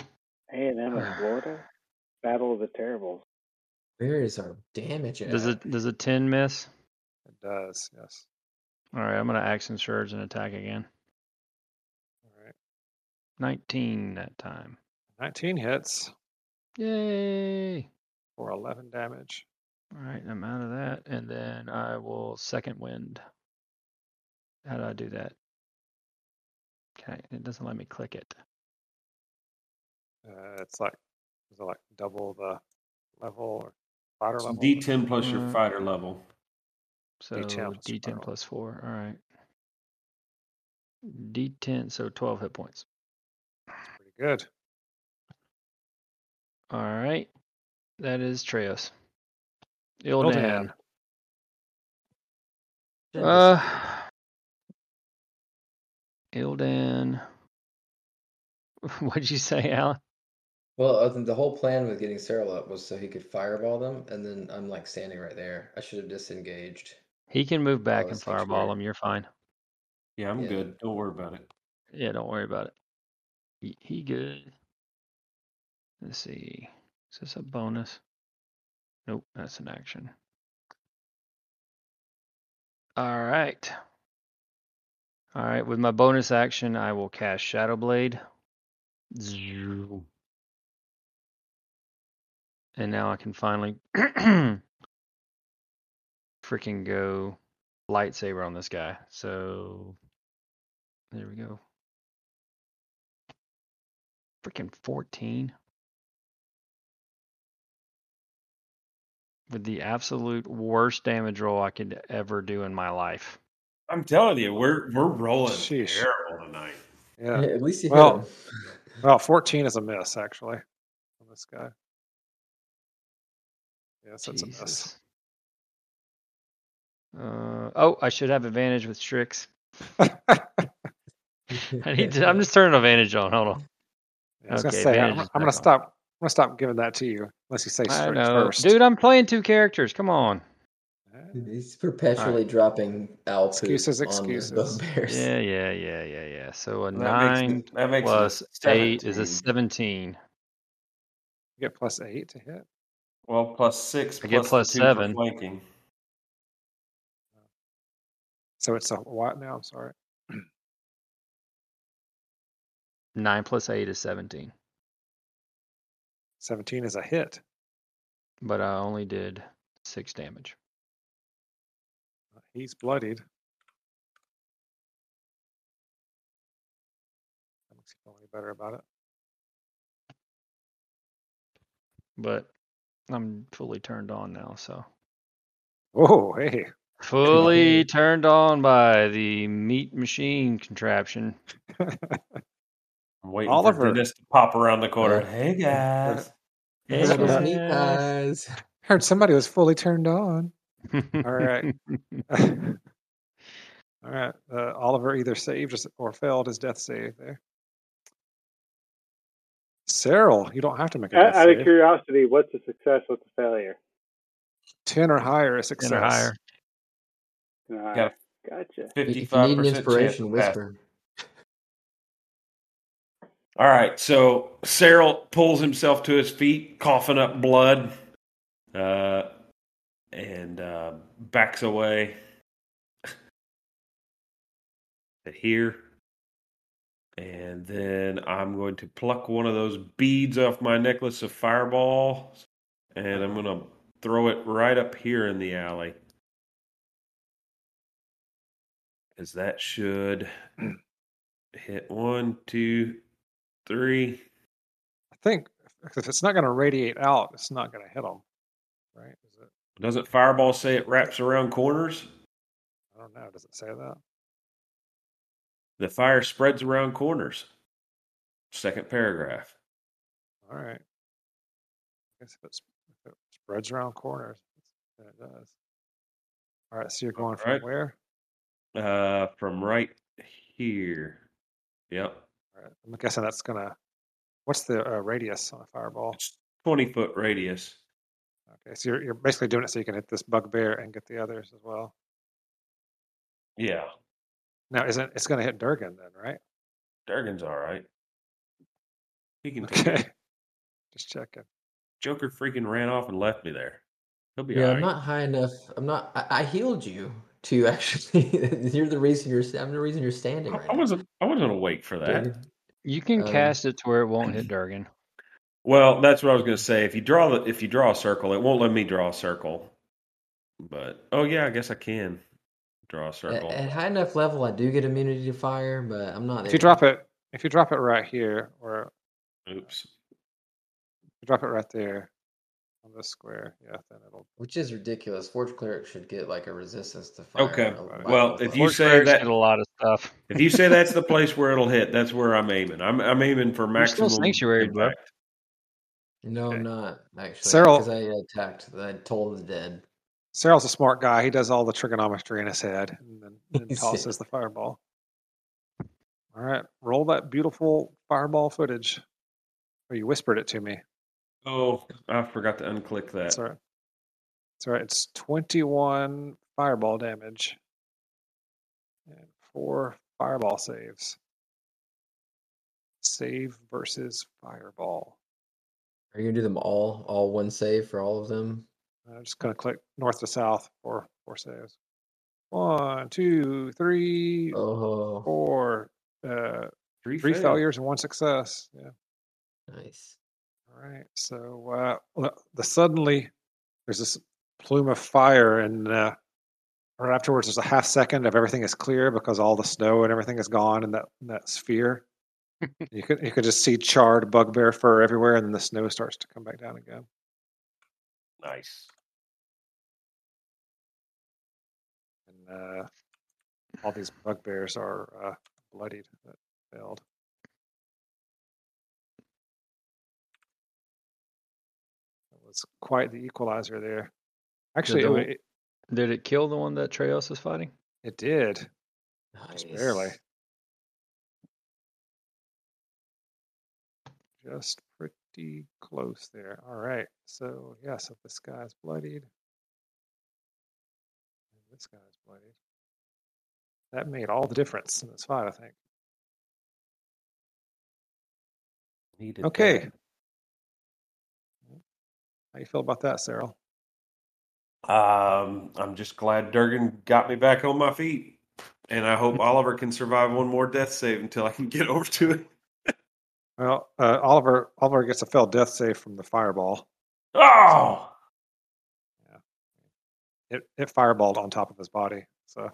A and M in Florida, Battle of the Terribles. Where is our damage at? Does it does a ten miss? It does. Yes. All right, I'm gonna action surge and attack again. All right. Nineteen that time. 19 hits Yay! for 11 damage. All right, I'm out of that, and then I will second wind. How do I do that? Okay, it doesn't let me click it. Uh, it's like is it like double the level or fighter It's level? D10 plus your Uh, fighter level. So D10 plus your D10 viral. plus four. All right. D10, so 12 hit points. Pretty good. All right, that is Treos. Ildan. Ildan. Send us- Uh, Ildan. What'd you say, Alan? well, I think the whole plan with getting Cyril up was so he could fireball them, and then I'm like standing right there. I should have disengaged. He can move Oh, back and that's fireball sanctuary. him. You're fine. Yeah, I'm Yeah. good. Don't worry about it. Yeah, don't worry about it. He, he good. Let's see. Is this a bonus? Nope, that's an action. All right. All right, with my bonus action, I will cast Shadow Blade. Zoom. And now I can finally freaking go lightsaber on this guy. So there we go. Freaking 14 with the absolute worst damage roll I could ever do in my life. I'm telling you, we're we're rolling Sheesh. terrible tonight. Yeah. At least you hit Well- him. Well, 14 is a miss actually on this guy. Yes, it's a miss. Jesus. Uh, oh, I should have advantage with Strix. I need to, I'm just turning advantage on. Hold on. Yeah, I was gonna Okay, say I'm, advantage is I'm back on. gonna stop. I'm gonna stop giving that to you unless you say I straight know. first. Dude, I'm playing two characters. Come on. Yeah. He's perpetually dropping owl poop Excuses, on the excuses. bugbears. Yeah, yeah, yeah, yeah, yeah. So a Well, that makes it- nine that makes it plus eight is a 17. seventeen. You get plus eight to hit. Well, plus six. I get plus the two for seven. Flanking. So it's a what now? I'm sorry. Nine plus eight is seventeen. 17 is a hit. But I only did six damage. He's bloodied. I don't feel any better about it. But I'm fully turned on now, so Whoa, Oh, hey. fully turned on by the meat machine contraption. I'm waiting Oliver. for Dennis to pop around the corner. Yeah. Hey guys. Look at those meat Yes. pies. Heard somebody was fully turned on. All right. All right. Uh, Oliver either saved his- or failed his death save there. Cyril, you don't have to make a death Out, out of save. curiosity, what's a success? What's a failure? 10 or higher is success. Ten or higher. Nah, Yeah. Gotcha. If 55% you need an chance inspiration, to pass. whisper. All right, so Cyril pulls himself to his feet, coughing up blood, uh, and uh, backs away to here. And then I'm going to pluck one of those beads off my necklace of fireballs, and I'm going to throw it right up here in the alley. Because that should hit one, two, three. I think if it's not going to radiate out, it's not going to hit them, right? Is it, Doesn't Fireball say it wraps around corners? I don't know. Does it say that? The fire spreads around corners. Second paragraph. All right. I guess if, it's, if it spreads around corners, then it does. All right. So you're going from right. where? Uh, from right here. Yep. All right. I'm guessing that's going to. What's the uh, radius on a fireball? It's 20 foot radius. Okay. So you're, you're basically doing it so you can hit this bugbear and get the others as well. Yeah. Now, isn't it's going to hit Durgan then, right? Durgan's all right. He can take it. Okay. Just checking. Joker freaking ran off and left me there. He'll be Yeah, all I'm right. not high enough. I'm not. I, I healed you to actually. you're the reason you're. sta- I'm the reason you're standing right I- I wasn't. I wasn't awake for now. that. Dude, You can Um, cast it to where it won't hit Durgan. Well, that's what I was going to say. If you draw the, if you draw a circle, it won't let me draw a circle. But oh yeah, I guess I can draw a At, circle. at high enough level, I do get immunity to fire, but I'm not. If There. you drop it, if you drop it right here, or Oops. you drop it right there on this square, yeah, then it'll. which is ridiculous. Forge cleric should get like a resistance to fire. Okay, a lack well, of if level. you Orc say clerics that- did a lot of stuff. If you say that's the place where it'll hit, that's where I'm aiming. I'm I'm aiming for You're still maximum sanctuary, bro. impact. no, okay. I'm not actually Cyril- because I attacked. I told the dead. Cyril's a smart guy. He does all the trigonometry in his head, and then, then He's- tosses the fireball. All right, roll that beautiful fireball footage. Or you whispered it to me. Oh, I forgot to unclick that. That's all right. That's all right. It's twenty-one fireball damage and four fireball saves. Save versus fireball. Are you gonna do them all? All one save for all of them? I'm just gonna click north to south for four saves. One, two, three, Oh, four. Uh, Three, three fail. failures and one success. Yeah. nice. All right. So uh, look, the suddenly there's this plume of fire, and uh, right afterwards there's a half second of everything is clear because all the snow and everything is gone in that in that sphere. you could you could just see charred bugbear fur everywhere, and then the snow starts to come back down again. Nice. and uh, all these bugbears are uh, bloodied that failed. That was quite the equalizer there. Actually, it, the wa- w- it, Did it kill the one that Treos is fighting? it did Nice. just barely, just pretty close there. All right, so yeah, so this guy's bloodied. And this guy's bloodied. That made all the difference in this fight, I think. Needed Okay. that. How you feel about that, Cyril? Um, I'm just glad Durgan got me back on my feet, and I hope Oliver can survive one more death save until I can get over to it. Well, uh, Oliver Oliver gets a failed death save from the fireball. Oh, It it fireballed on top of his body, so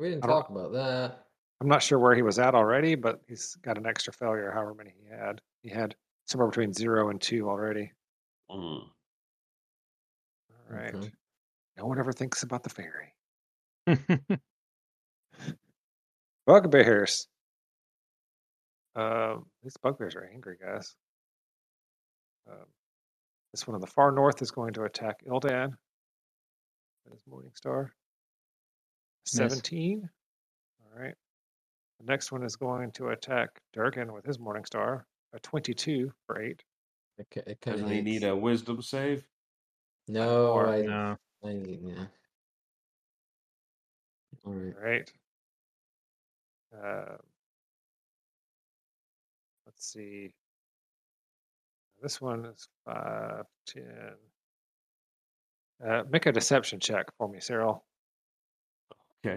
We didn't I don't- talk about that. I'm not sure where he was at already, but he's got an extra failure, however many he had. He had somewhere between zero and two already. Mm. All right. Okay. No one ever thinks about the fairy. Bugbears. Um, these bugbears are angry, guys. Um, this one on the far north is going to attack Ildan. That is Morningstar. 17. All right. The next one is going to attack Durgan with his Morningstar, a 22 for 8. It, ki- it kind of Doesn't he need a wisdom save? No, Or- I, no. I yeah. All right. All right. Uh, let's see. This one is 5, 10. Uh, make a deception check for me, Cyril. Okay.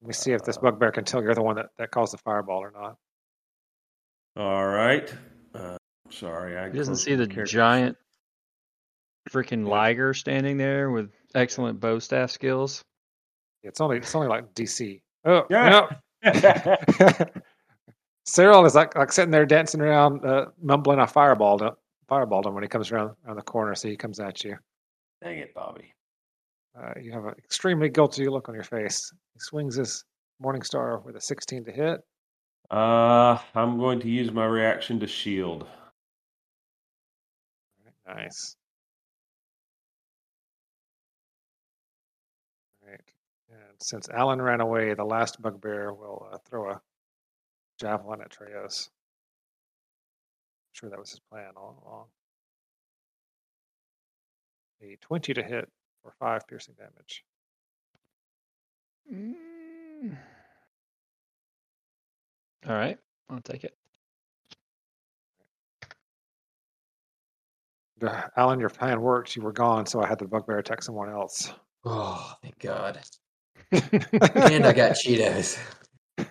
Let me see if this Uh, bugbear can tell you're the one that, that caused the fireball or not. All right. Uh, sorry, I He doesn't closed see my the characters. giant freaking Yeah. liger standing there with excellent bow staff skills. It's only it's only like DC. Oh, Yeah. yeah. Cyril is like like sitting there dancing around, uh, mumbling a fireball to, fireball him when he comes around around the corner. So he comes at you. Dang it, Bobby. Uh, you have an extremely guilty look on your face. He swings his Morning Star with a 16 to hit. Uh, I'm going to use my reaction to shield. Nice. All right. And since Alan ran away, the last bugbear will uh, throw a javelin at Treos. Sure, that was his plan all along. A 20 to hit for 5 piercing damage. Mm. All right, I'll take it. Duh, Alan, your plan worked. You were gone, so I had the bugbear attack someone else. Oh, thank God. And I got Cheetos.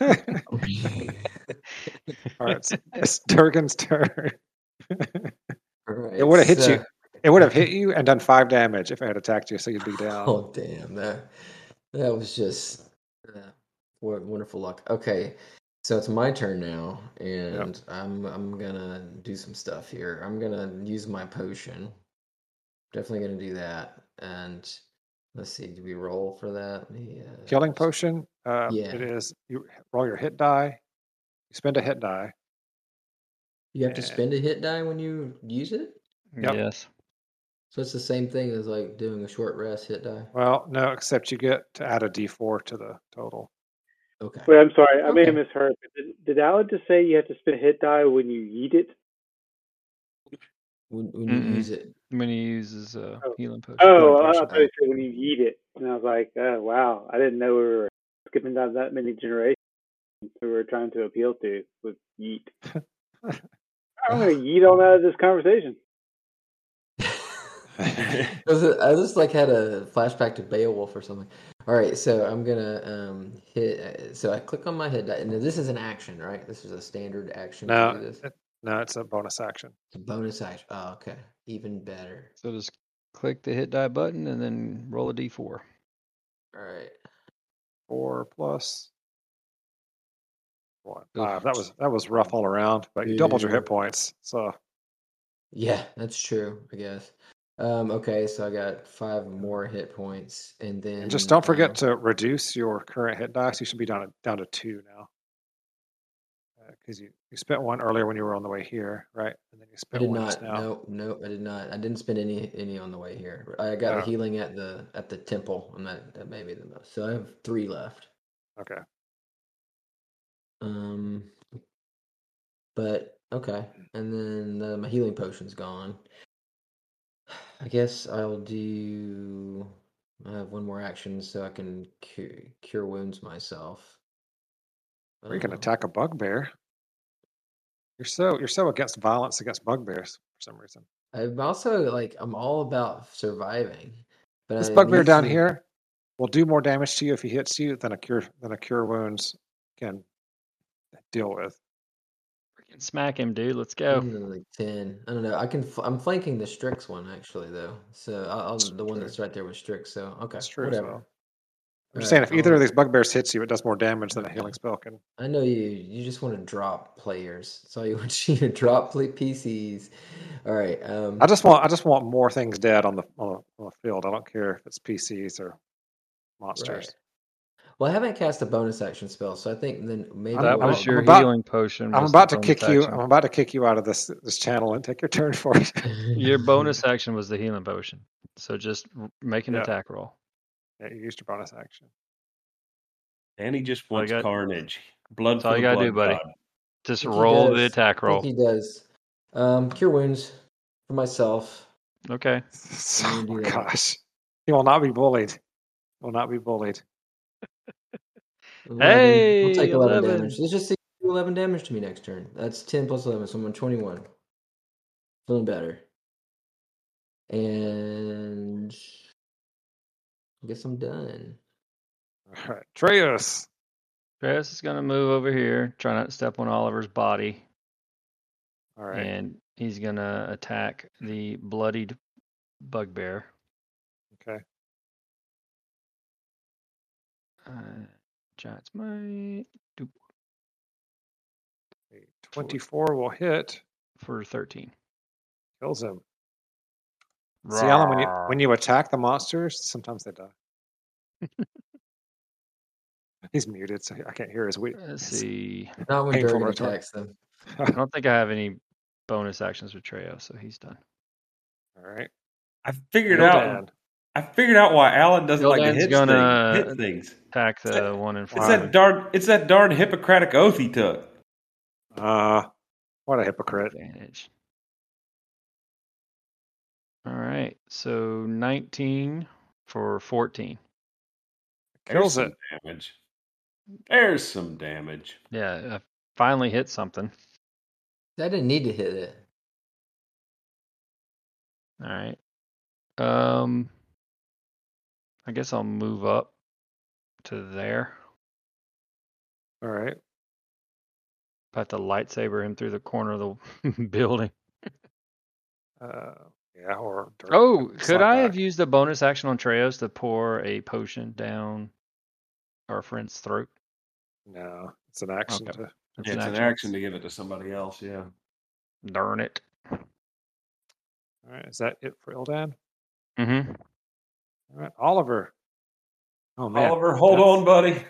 All right, it's, it's Durgan's turn. All right. It would have hit so- you. It would have hit you and done five damage if it had attacked you, so you'd be down. Oh damn that that was just uh, what wonderful luck. Okay, so it's my turn now, and I'm I'm gonna do some stuff here. I'm gonna use my potion. Definitely gonna do that. And let's see, do we roll for that? Let me, uh, Killing potion. Uh, Yeah. It is. You roll your hit die. You spend a hit die. You have to eh. spend a hit die when you use it. Yep. Yes. So it's the same thing as like doing a short rest hit die. Well, no, except you get to add a d4 to the total. Okay. Wait, I'm sorry, I may have Okay. misheard. Did, did Alan just say you have to spin a hit die when you eat it? When, when you Mm-mm. use it, When he uses uh, Oh. healing potion. Oh, Killing I potion. thought you said when you eat it, and I was like, oh wow, I didn't know we were skipping down that many generations we were trying to appeal to with yeet. I'm gonna yeet on out of this conversation. I was- I just like had a flashback to Beowulf or something. All right, so I'm gonna um, hit. So I click on my head die, and this is an action, right? This is a standard action to No, do this. it- no, it's a bonus action. It's a bonus action. Oh, okay, even better. So just click the hit die button and then roll a d4. All right, Four plus one. Oof. Five. That was that was rough all around, but you doubled your Ooh. hit points. So yeah, that's true, I guess. Um, okay, so I got five more hit points, and then and just don't forget um, to reduce your current hit dice. You should be down to, down to two now. Because you, you spent one earlier when you were on the way here, right? And then you I spent did one just not. now. No, no, I did not. I didn't spend any any on the way here. I got Oh. the healing at the at the temple, and that that may be the most. So I have three left. Okay. Um, but okay, and then uh, my healing potion's gone. I guess I'll do. I have one more action, so I can cure, cure wounds myself. Or you can Um, attack a bugbear. You're so you're so against violence against bugbears for some reason. I'm also like I'm all about surviving. But This I bugbear need down to- here will do more damage to you if he hits you than a cure than a cure wounds can deal with. Freaking smack him, dude. Let's I go. Hmm, need another, Like ten. I don't know. I can. Fl- I'm flanking the Strix one actually though. So I'll, i the one True. that's right there with Strix. So okay, That's true as whatever. well. I'm just All saying, right, if either I'll- of these bugbears hits you, it does more damage than a healing spell can. I know you. You just want to drop players. That's all you want. You to drop play PCs. All right. Um, I just want, I just want more things dead on the on the, on the field. I don't care if it's PCs or monsters. Right. Well, I haven't cast a bonus action spell, so I think then maybe I'm- That what I'll was I'm your about- healing potion. I'm was the about to bonus kick you. action. I'm about to kick you out of this this channel and take your turn for it. Your bonus action was the healing potion. So just r- make an Yeah. attack roll. yeah, you used your bonus action. And he just All you wants got- carnage. Blood That's for all the you gotta blood do, buddy. god. Just Think he roll the does. attack I think roll. he does. Um, cure wounds for myself. Okay. oh gonna do my that. gosh, he will not be bullied. Will not be bullied. 11. Hey, I'll take 11, 11. damage. Let's just see if you do 11 damage to me next turn. That's 10 plus 11, so I'm on 21. Feeling better. And I guess I'm done. All right, Treus. Travis is gonna move over here, try not to step on Oliver's body, All right, and he's gonna attack the bloodied bugbear. okay. Uh, Giant's might A Twenty-four will hit. for thirteen. Kills him. See, Alan, when you Rawr. when you attack the monsters, sometimes they die. He's muted, so I can't hear his weak. Let's see. Not when Painful Durgan return. attacks them. I don't think I have any bonus actions with Treo, so he's done. All right, I figured Gildan. out. I figured out why Alan doesn't like to Gildan's hit, gonna- things, hit things. Attack It's the that- one in It's front of that him. darn. It's that darn Hippocratic oath he took. Uh, what a hypocrite. Advantage. All right, so 19 for 14. Kills There's it. some Damage. There's some damage. Yeah, I finally hit something. I didn't need to hit it. All right. Um, I guess I'll move up to there. All right. I have to lightsaber him through the corner of the building. Uh, yeah, or dirt. Oh, could slide I have back. used a bonus action on Treos to pour a potion down our friend's throat? No, it's an action. Okay. To, That's Yeah, an it's an action. action to give it to somebody else. Yeah. Darn it. all right, is that it for Ildan? Mm-hmm. All right, Oliver. Oh man, Oliver, hold that's- on, buddy.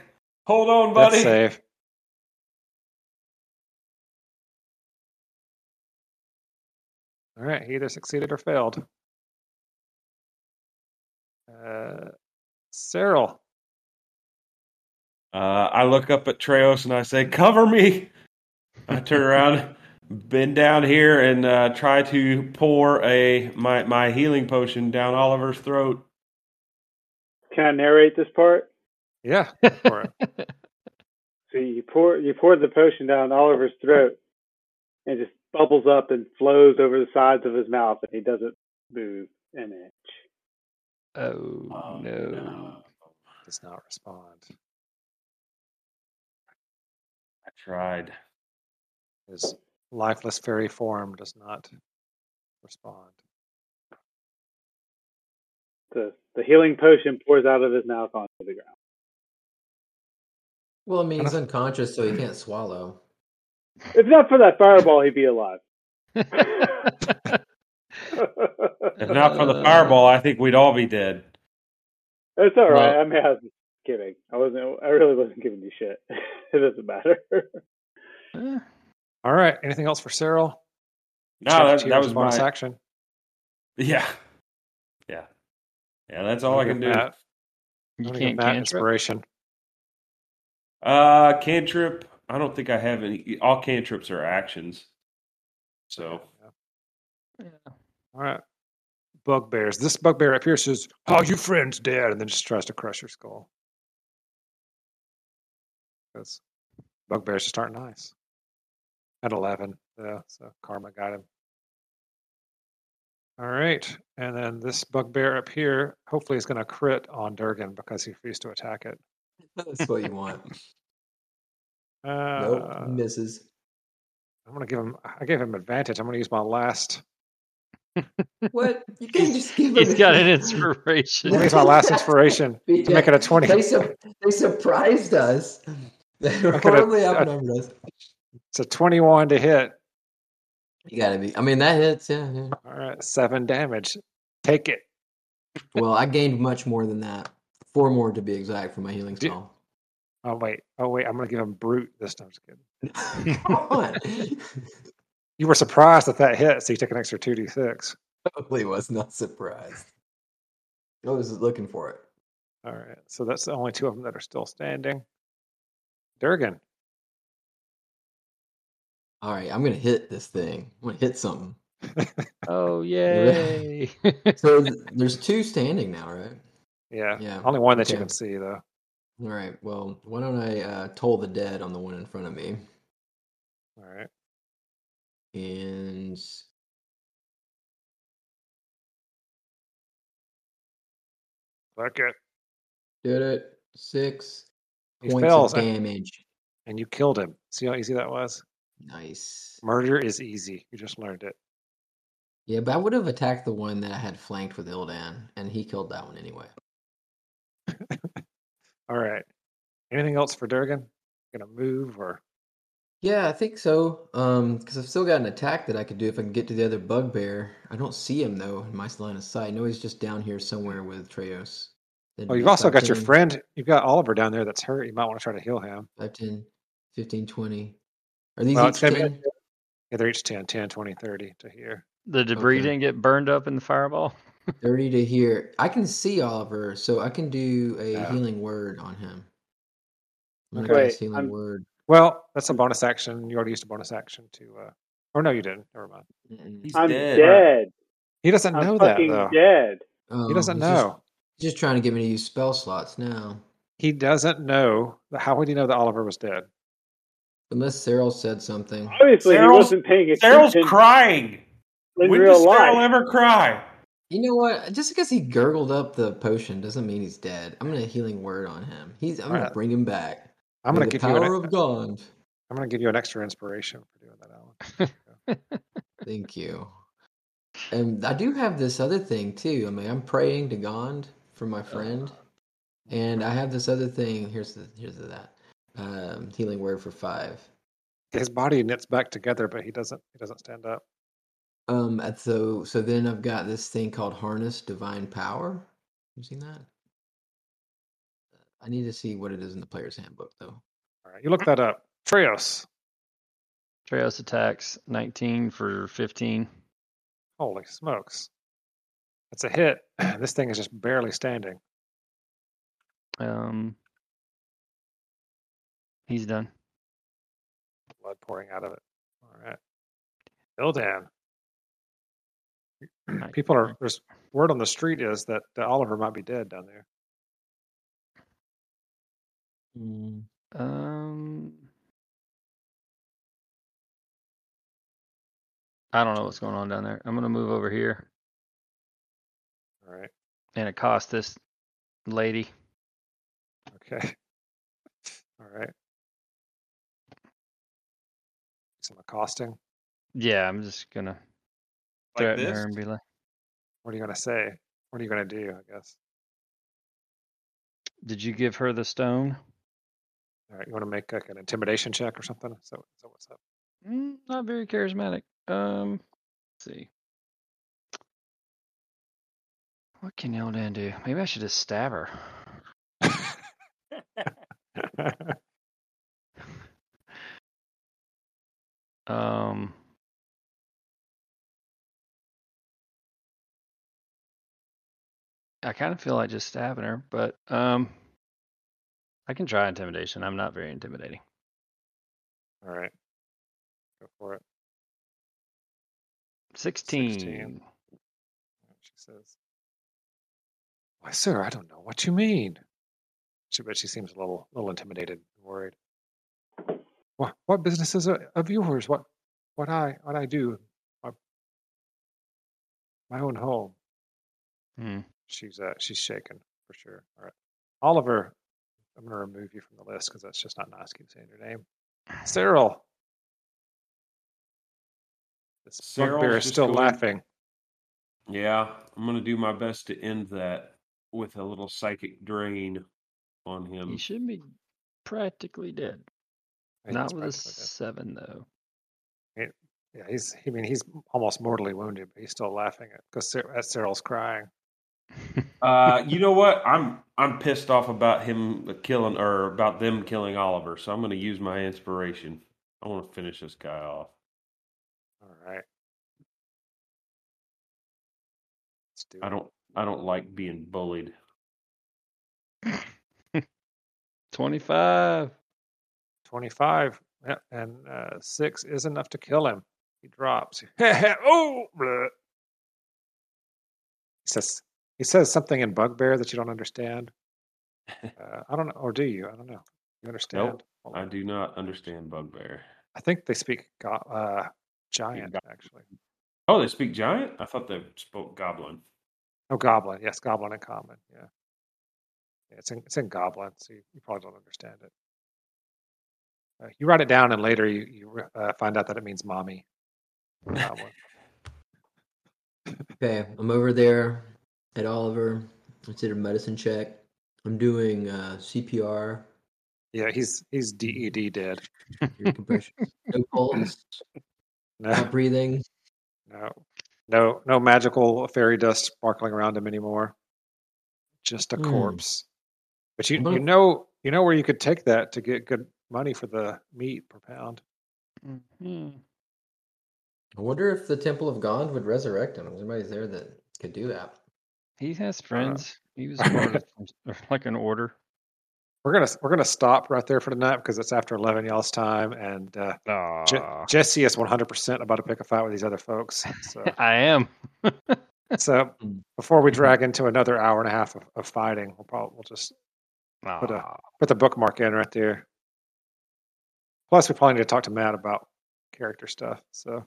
Hold on, that's buddy. safe. All right, he either succeeded or failed. Uh, Cyril. Uh, I look up at Treos and I say, "Cover me." I turn around, bend down here, and uh, try to pour a my my healing potion down Oliver's throat. Can I narrate this part? Yeah, for it. So you pour you pour the potion down Oliver's throat, and it just bubbles up and flows over the sides of his mouth, and he doesn't move an inch. Oh, no. does not respond. I tried. His lifeless fairy form does not respond. The the healing potion pours out of his mouth onto the ground. Well, I mean, And he's unconscious, so he can't swallow. If not for that fireball, he'd be alive. Eh, If not for the Uh. fireball, I think we'd all be dead. That's all right. Well- I mean, I was kidding. I wasn't. I really wasn't giving you shit. it doesn't matter. Eh, All right. Anything else for Cyril? No, that, Check that to was your my bonus action. yeah, yeah, yeah. That's all I Give can do. Matt- I'm You gonna give can't Matt cantrip? inspiration. Uh, cantrip. I don't think I have any. All cantrips are actions. So Yeah. Yeah. All right. Bugbears. This bugbear up here says, "How your friend's dead," and then just tries to crush your skull. Because bugbears just aren't nice. At eleven, yeah, so karma got him. All right. And then this bugbear up here hopefully is going to crit on Durgan because he refused to attack it. That's what you want. Uh, nope, misses. I'm going to give him, I gave him advantage. I'm going to use my last, What? You can't just give him. He's got an inspiration. I'm gonna use my last inspiration to make it a 20. They, su- they surprised us. They were Okay, but- horribly outnumbered us. It's a 21 to hit. You gotta be. I mean, that hits. Yeah, yeah. All right. Seven damage. Take it. Well, I gained much more than that. Four more to be exact for my healing Do- spell. Oh, wait. Oh, wait. I'm going to give him brute this time. Just kidding. Come on. You were surprised that that hit, so you took an extra 2d6. totally was not surprised. I was looking for it. All right. So that's the only two of them that are still standing. Durgan. All right, I'm gonna hit this thing. I'm gonna hit something. Oh Really? yay! So th- there's two standing now, right? Yeah. Yeah. Only one that you okay. can see, though. All right. Well, why don't I uh, toll the dead on the one in front of me? All right. And Look it. did it six He points fails, of and- damage. and you killed him. See how easy that was? Nice. Murder is easy. You just learned it. Yeah, but I would have attacked the one that I had flanked with Ildan, and he killed that one anyway. All right. Anything else for Durgan? Gonna move or Yeah, I think so. Um, because I've still got an attack that I could do if I can get to the other bugbear. I don't see him though in my line of sight. I know he's just down here somewhere with Treos. That'd Oh, be you've also got your 5, 10, friend. You've got Oliver down there that's hurt. You might want to try to heal him. 5, 10, 15, 20. Are these Well, each it's gonna be- 10? Yeah, they're each 10, 10, 20, 30 to here. the debris Okay. didn't get burned up in the fireball. 30 to here. I can see Oliver, so I can do a Yeah. healing word on him. I'm gonna Okay. cast Wait, healing I'm- word. Well, that's a Hmm. bonus action. You already used a bonus action to uh or no you didn't. Never mind. Mm-mm. He's I'm dead. dead. He doesn't I'm know that fucking though. dead. Oh, He doesn't he's know. Just, he's just trying to get me to use spell slots now. He doesn't know that- how would he know that Oliver was dead? Unless Cyril said something. Obviously, he Cyril's- wasn't paying Cyril's attention crying. in when real does Cyril life. ever cry? You know what? Just because he gurgled up the potion doesn't mean he's dead. I'm gonna healing word on him. He's. I'm gonna Alright. bring him back. I'm With gonna the give you power an e, of God. I'm gonna give you an extra inspiration for doing that, Alan. Thank you. And I do have this other thing too. I mean, I'm praying to God for my friend, and I have this other thing. Here's the here's the, that um, healing word for five. His body knits back together, but he doesn't he doesn't stand up. Um, and so so then I've got this thing called harness divine power. You seen that? I need to see what it is in the player's handbook though. All right. You look that up. Trios. Treos attacks 19 for 15. Holy smokes. That's a hit. This thing is just barely standing. Um, he's done. blood pouring out of it. All right. Ildan. Nice. People are there's word on the street is that uh, Oliver might be dead down there. Um, I don't know what's going on down there. I'm gonna move over here All right. and accost this lady. Okay. All right. Some accosting. Yeah, I'm just gonna Like threaten her this? and be like, What are you gonna say? What are you gonna do? I guess. "Did you give her the stone?" All right. You want to make like an intimidation check or something? So, so what's up? Mm, not very charismatic. Um, let's see. What can Eldan do? Maybe I should just stab her. Um, I kind of feel like just stabbing her, but um, I can try intimidation. I'm not very intimidating. All right. Go for it. 16. She says, "Why, sir, I don't know what you mean." She, but she seems a little, little intimidated, and worried. What, what business uh, is it of yours? What, what I, what I do? What, My own home. Hmm. She's uh, she's shaken for sure. All right, Oliver. I'm going to remove you from the list because that's just not nice. Keep saying your name, Cyril. This Cyril's bugbear is just still going- laughing. Yeah, I'm gonna do my best to end that with a little psychic drain on him. He should be practically dead. Um I think Not it's with a practically dead. seven though. Yeah, he's. I mean, he's almost mortally wounded, but he's still laughing at because Cyril's crying. Uh, you know what? I'm I'm pissed off about him killing or about them killing Oliver, so I'm gonna use my inspiration. I want to finish this guy off. All right, let's do. I it. don't I don't like being bullied. Twenty-five. 25 yeah, and uh, six is enough to kill him he drops oh bleh. he says he says something in bugbear that you don't understand uh, i don't know or do you i don't know you understand Hold I on. do not understand Bugbear. I think they speak go- uh, giant go- actually Oh, they speak giant? I thought they spoke goblin. oh goblin yes goblin and common yeah, yeah it's, in, it's in goblin so you, you probably don't understand it uh, you write it down and later you, you re- uh, find out that it means mommy Goblin. Okay, I'm over there at Oliver. I did a medicine check. I'm doing uh, CPR, yeah he's he's ded dead air compression. No pulse, no. not breathing. No, no, no magical fairy dust sparkling around him anymore. Just a Hmm. corpse. But you, What you if- know, you know where you could take that to get good money for the meat per pound. Mm-hmm. Mhm. I wonder if the Temple of God would resurrect him. If Anybody's there that could do that. He has friends. He was part of some- like an order. We're gonna, we're gonna stop right there for tonight because it's after eleven y'all's time, and uh, Je- Aw. Jesse is one hundred percent about to pick a fight with these other folks. So, I am. so Mm. before we drag into another hour and a half of, of fighting, we'll probably we'll just a- Aw. put the bookmark in right there. Plus, we probably need to talk to Matt about character stuff. So.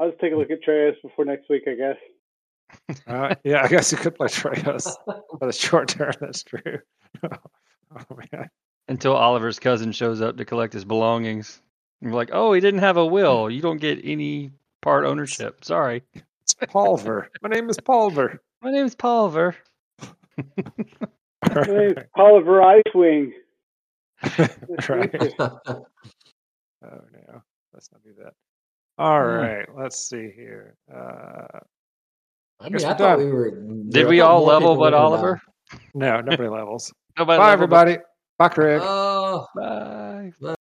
I'll just take a look at Treyas before next week, I guess. Uh, yeah, I guess you could play Treyas for the short term. That's true. oh man, Until Oliver's cousin shows up to collect his belongings. And we're like, oh, he didn't have a will. You don't get any part ownership. Sorry. it's Palver. My name is Palver. My name's Palver. Hey, Oliver Icewing. right. Oh no, let's not do that. All Hmm. right, let's see here. Uh, I Guess mean, we're I thought done. we were. Did I we thought all more level people but would have Oliver? died. no, nobody levels. Nobody Bye leveled but- everybody. Bye Craig. Oh, Bye. look.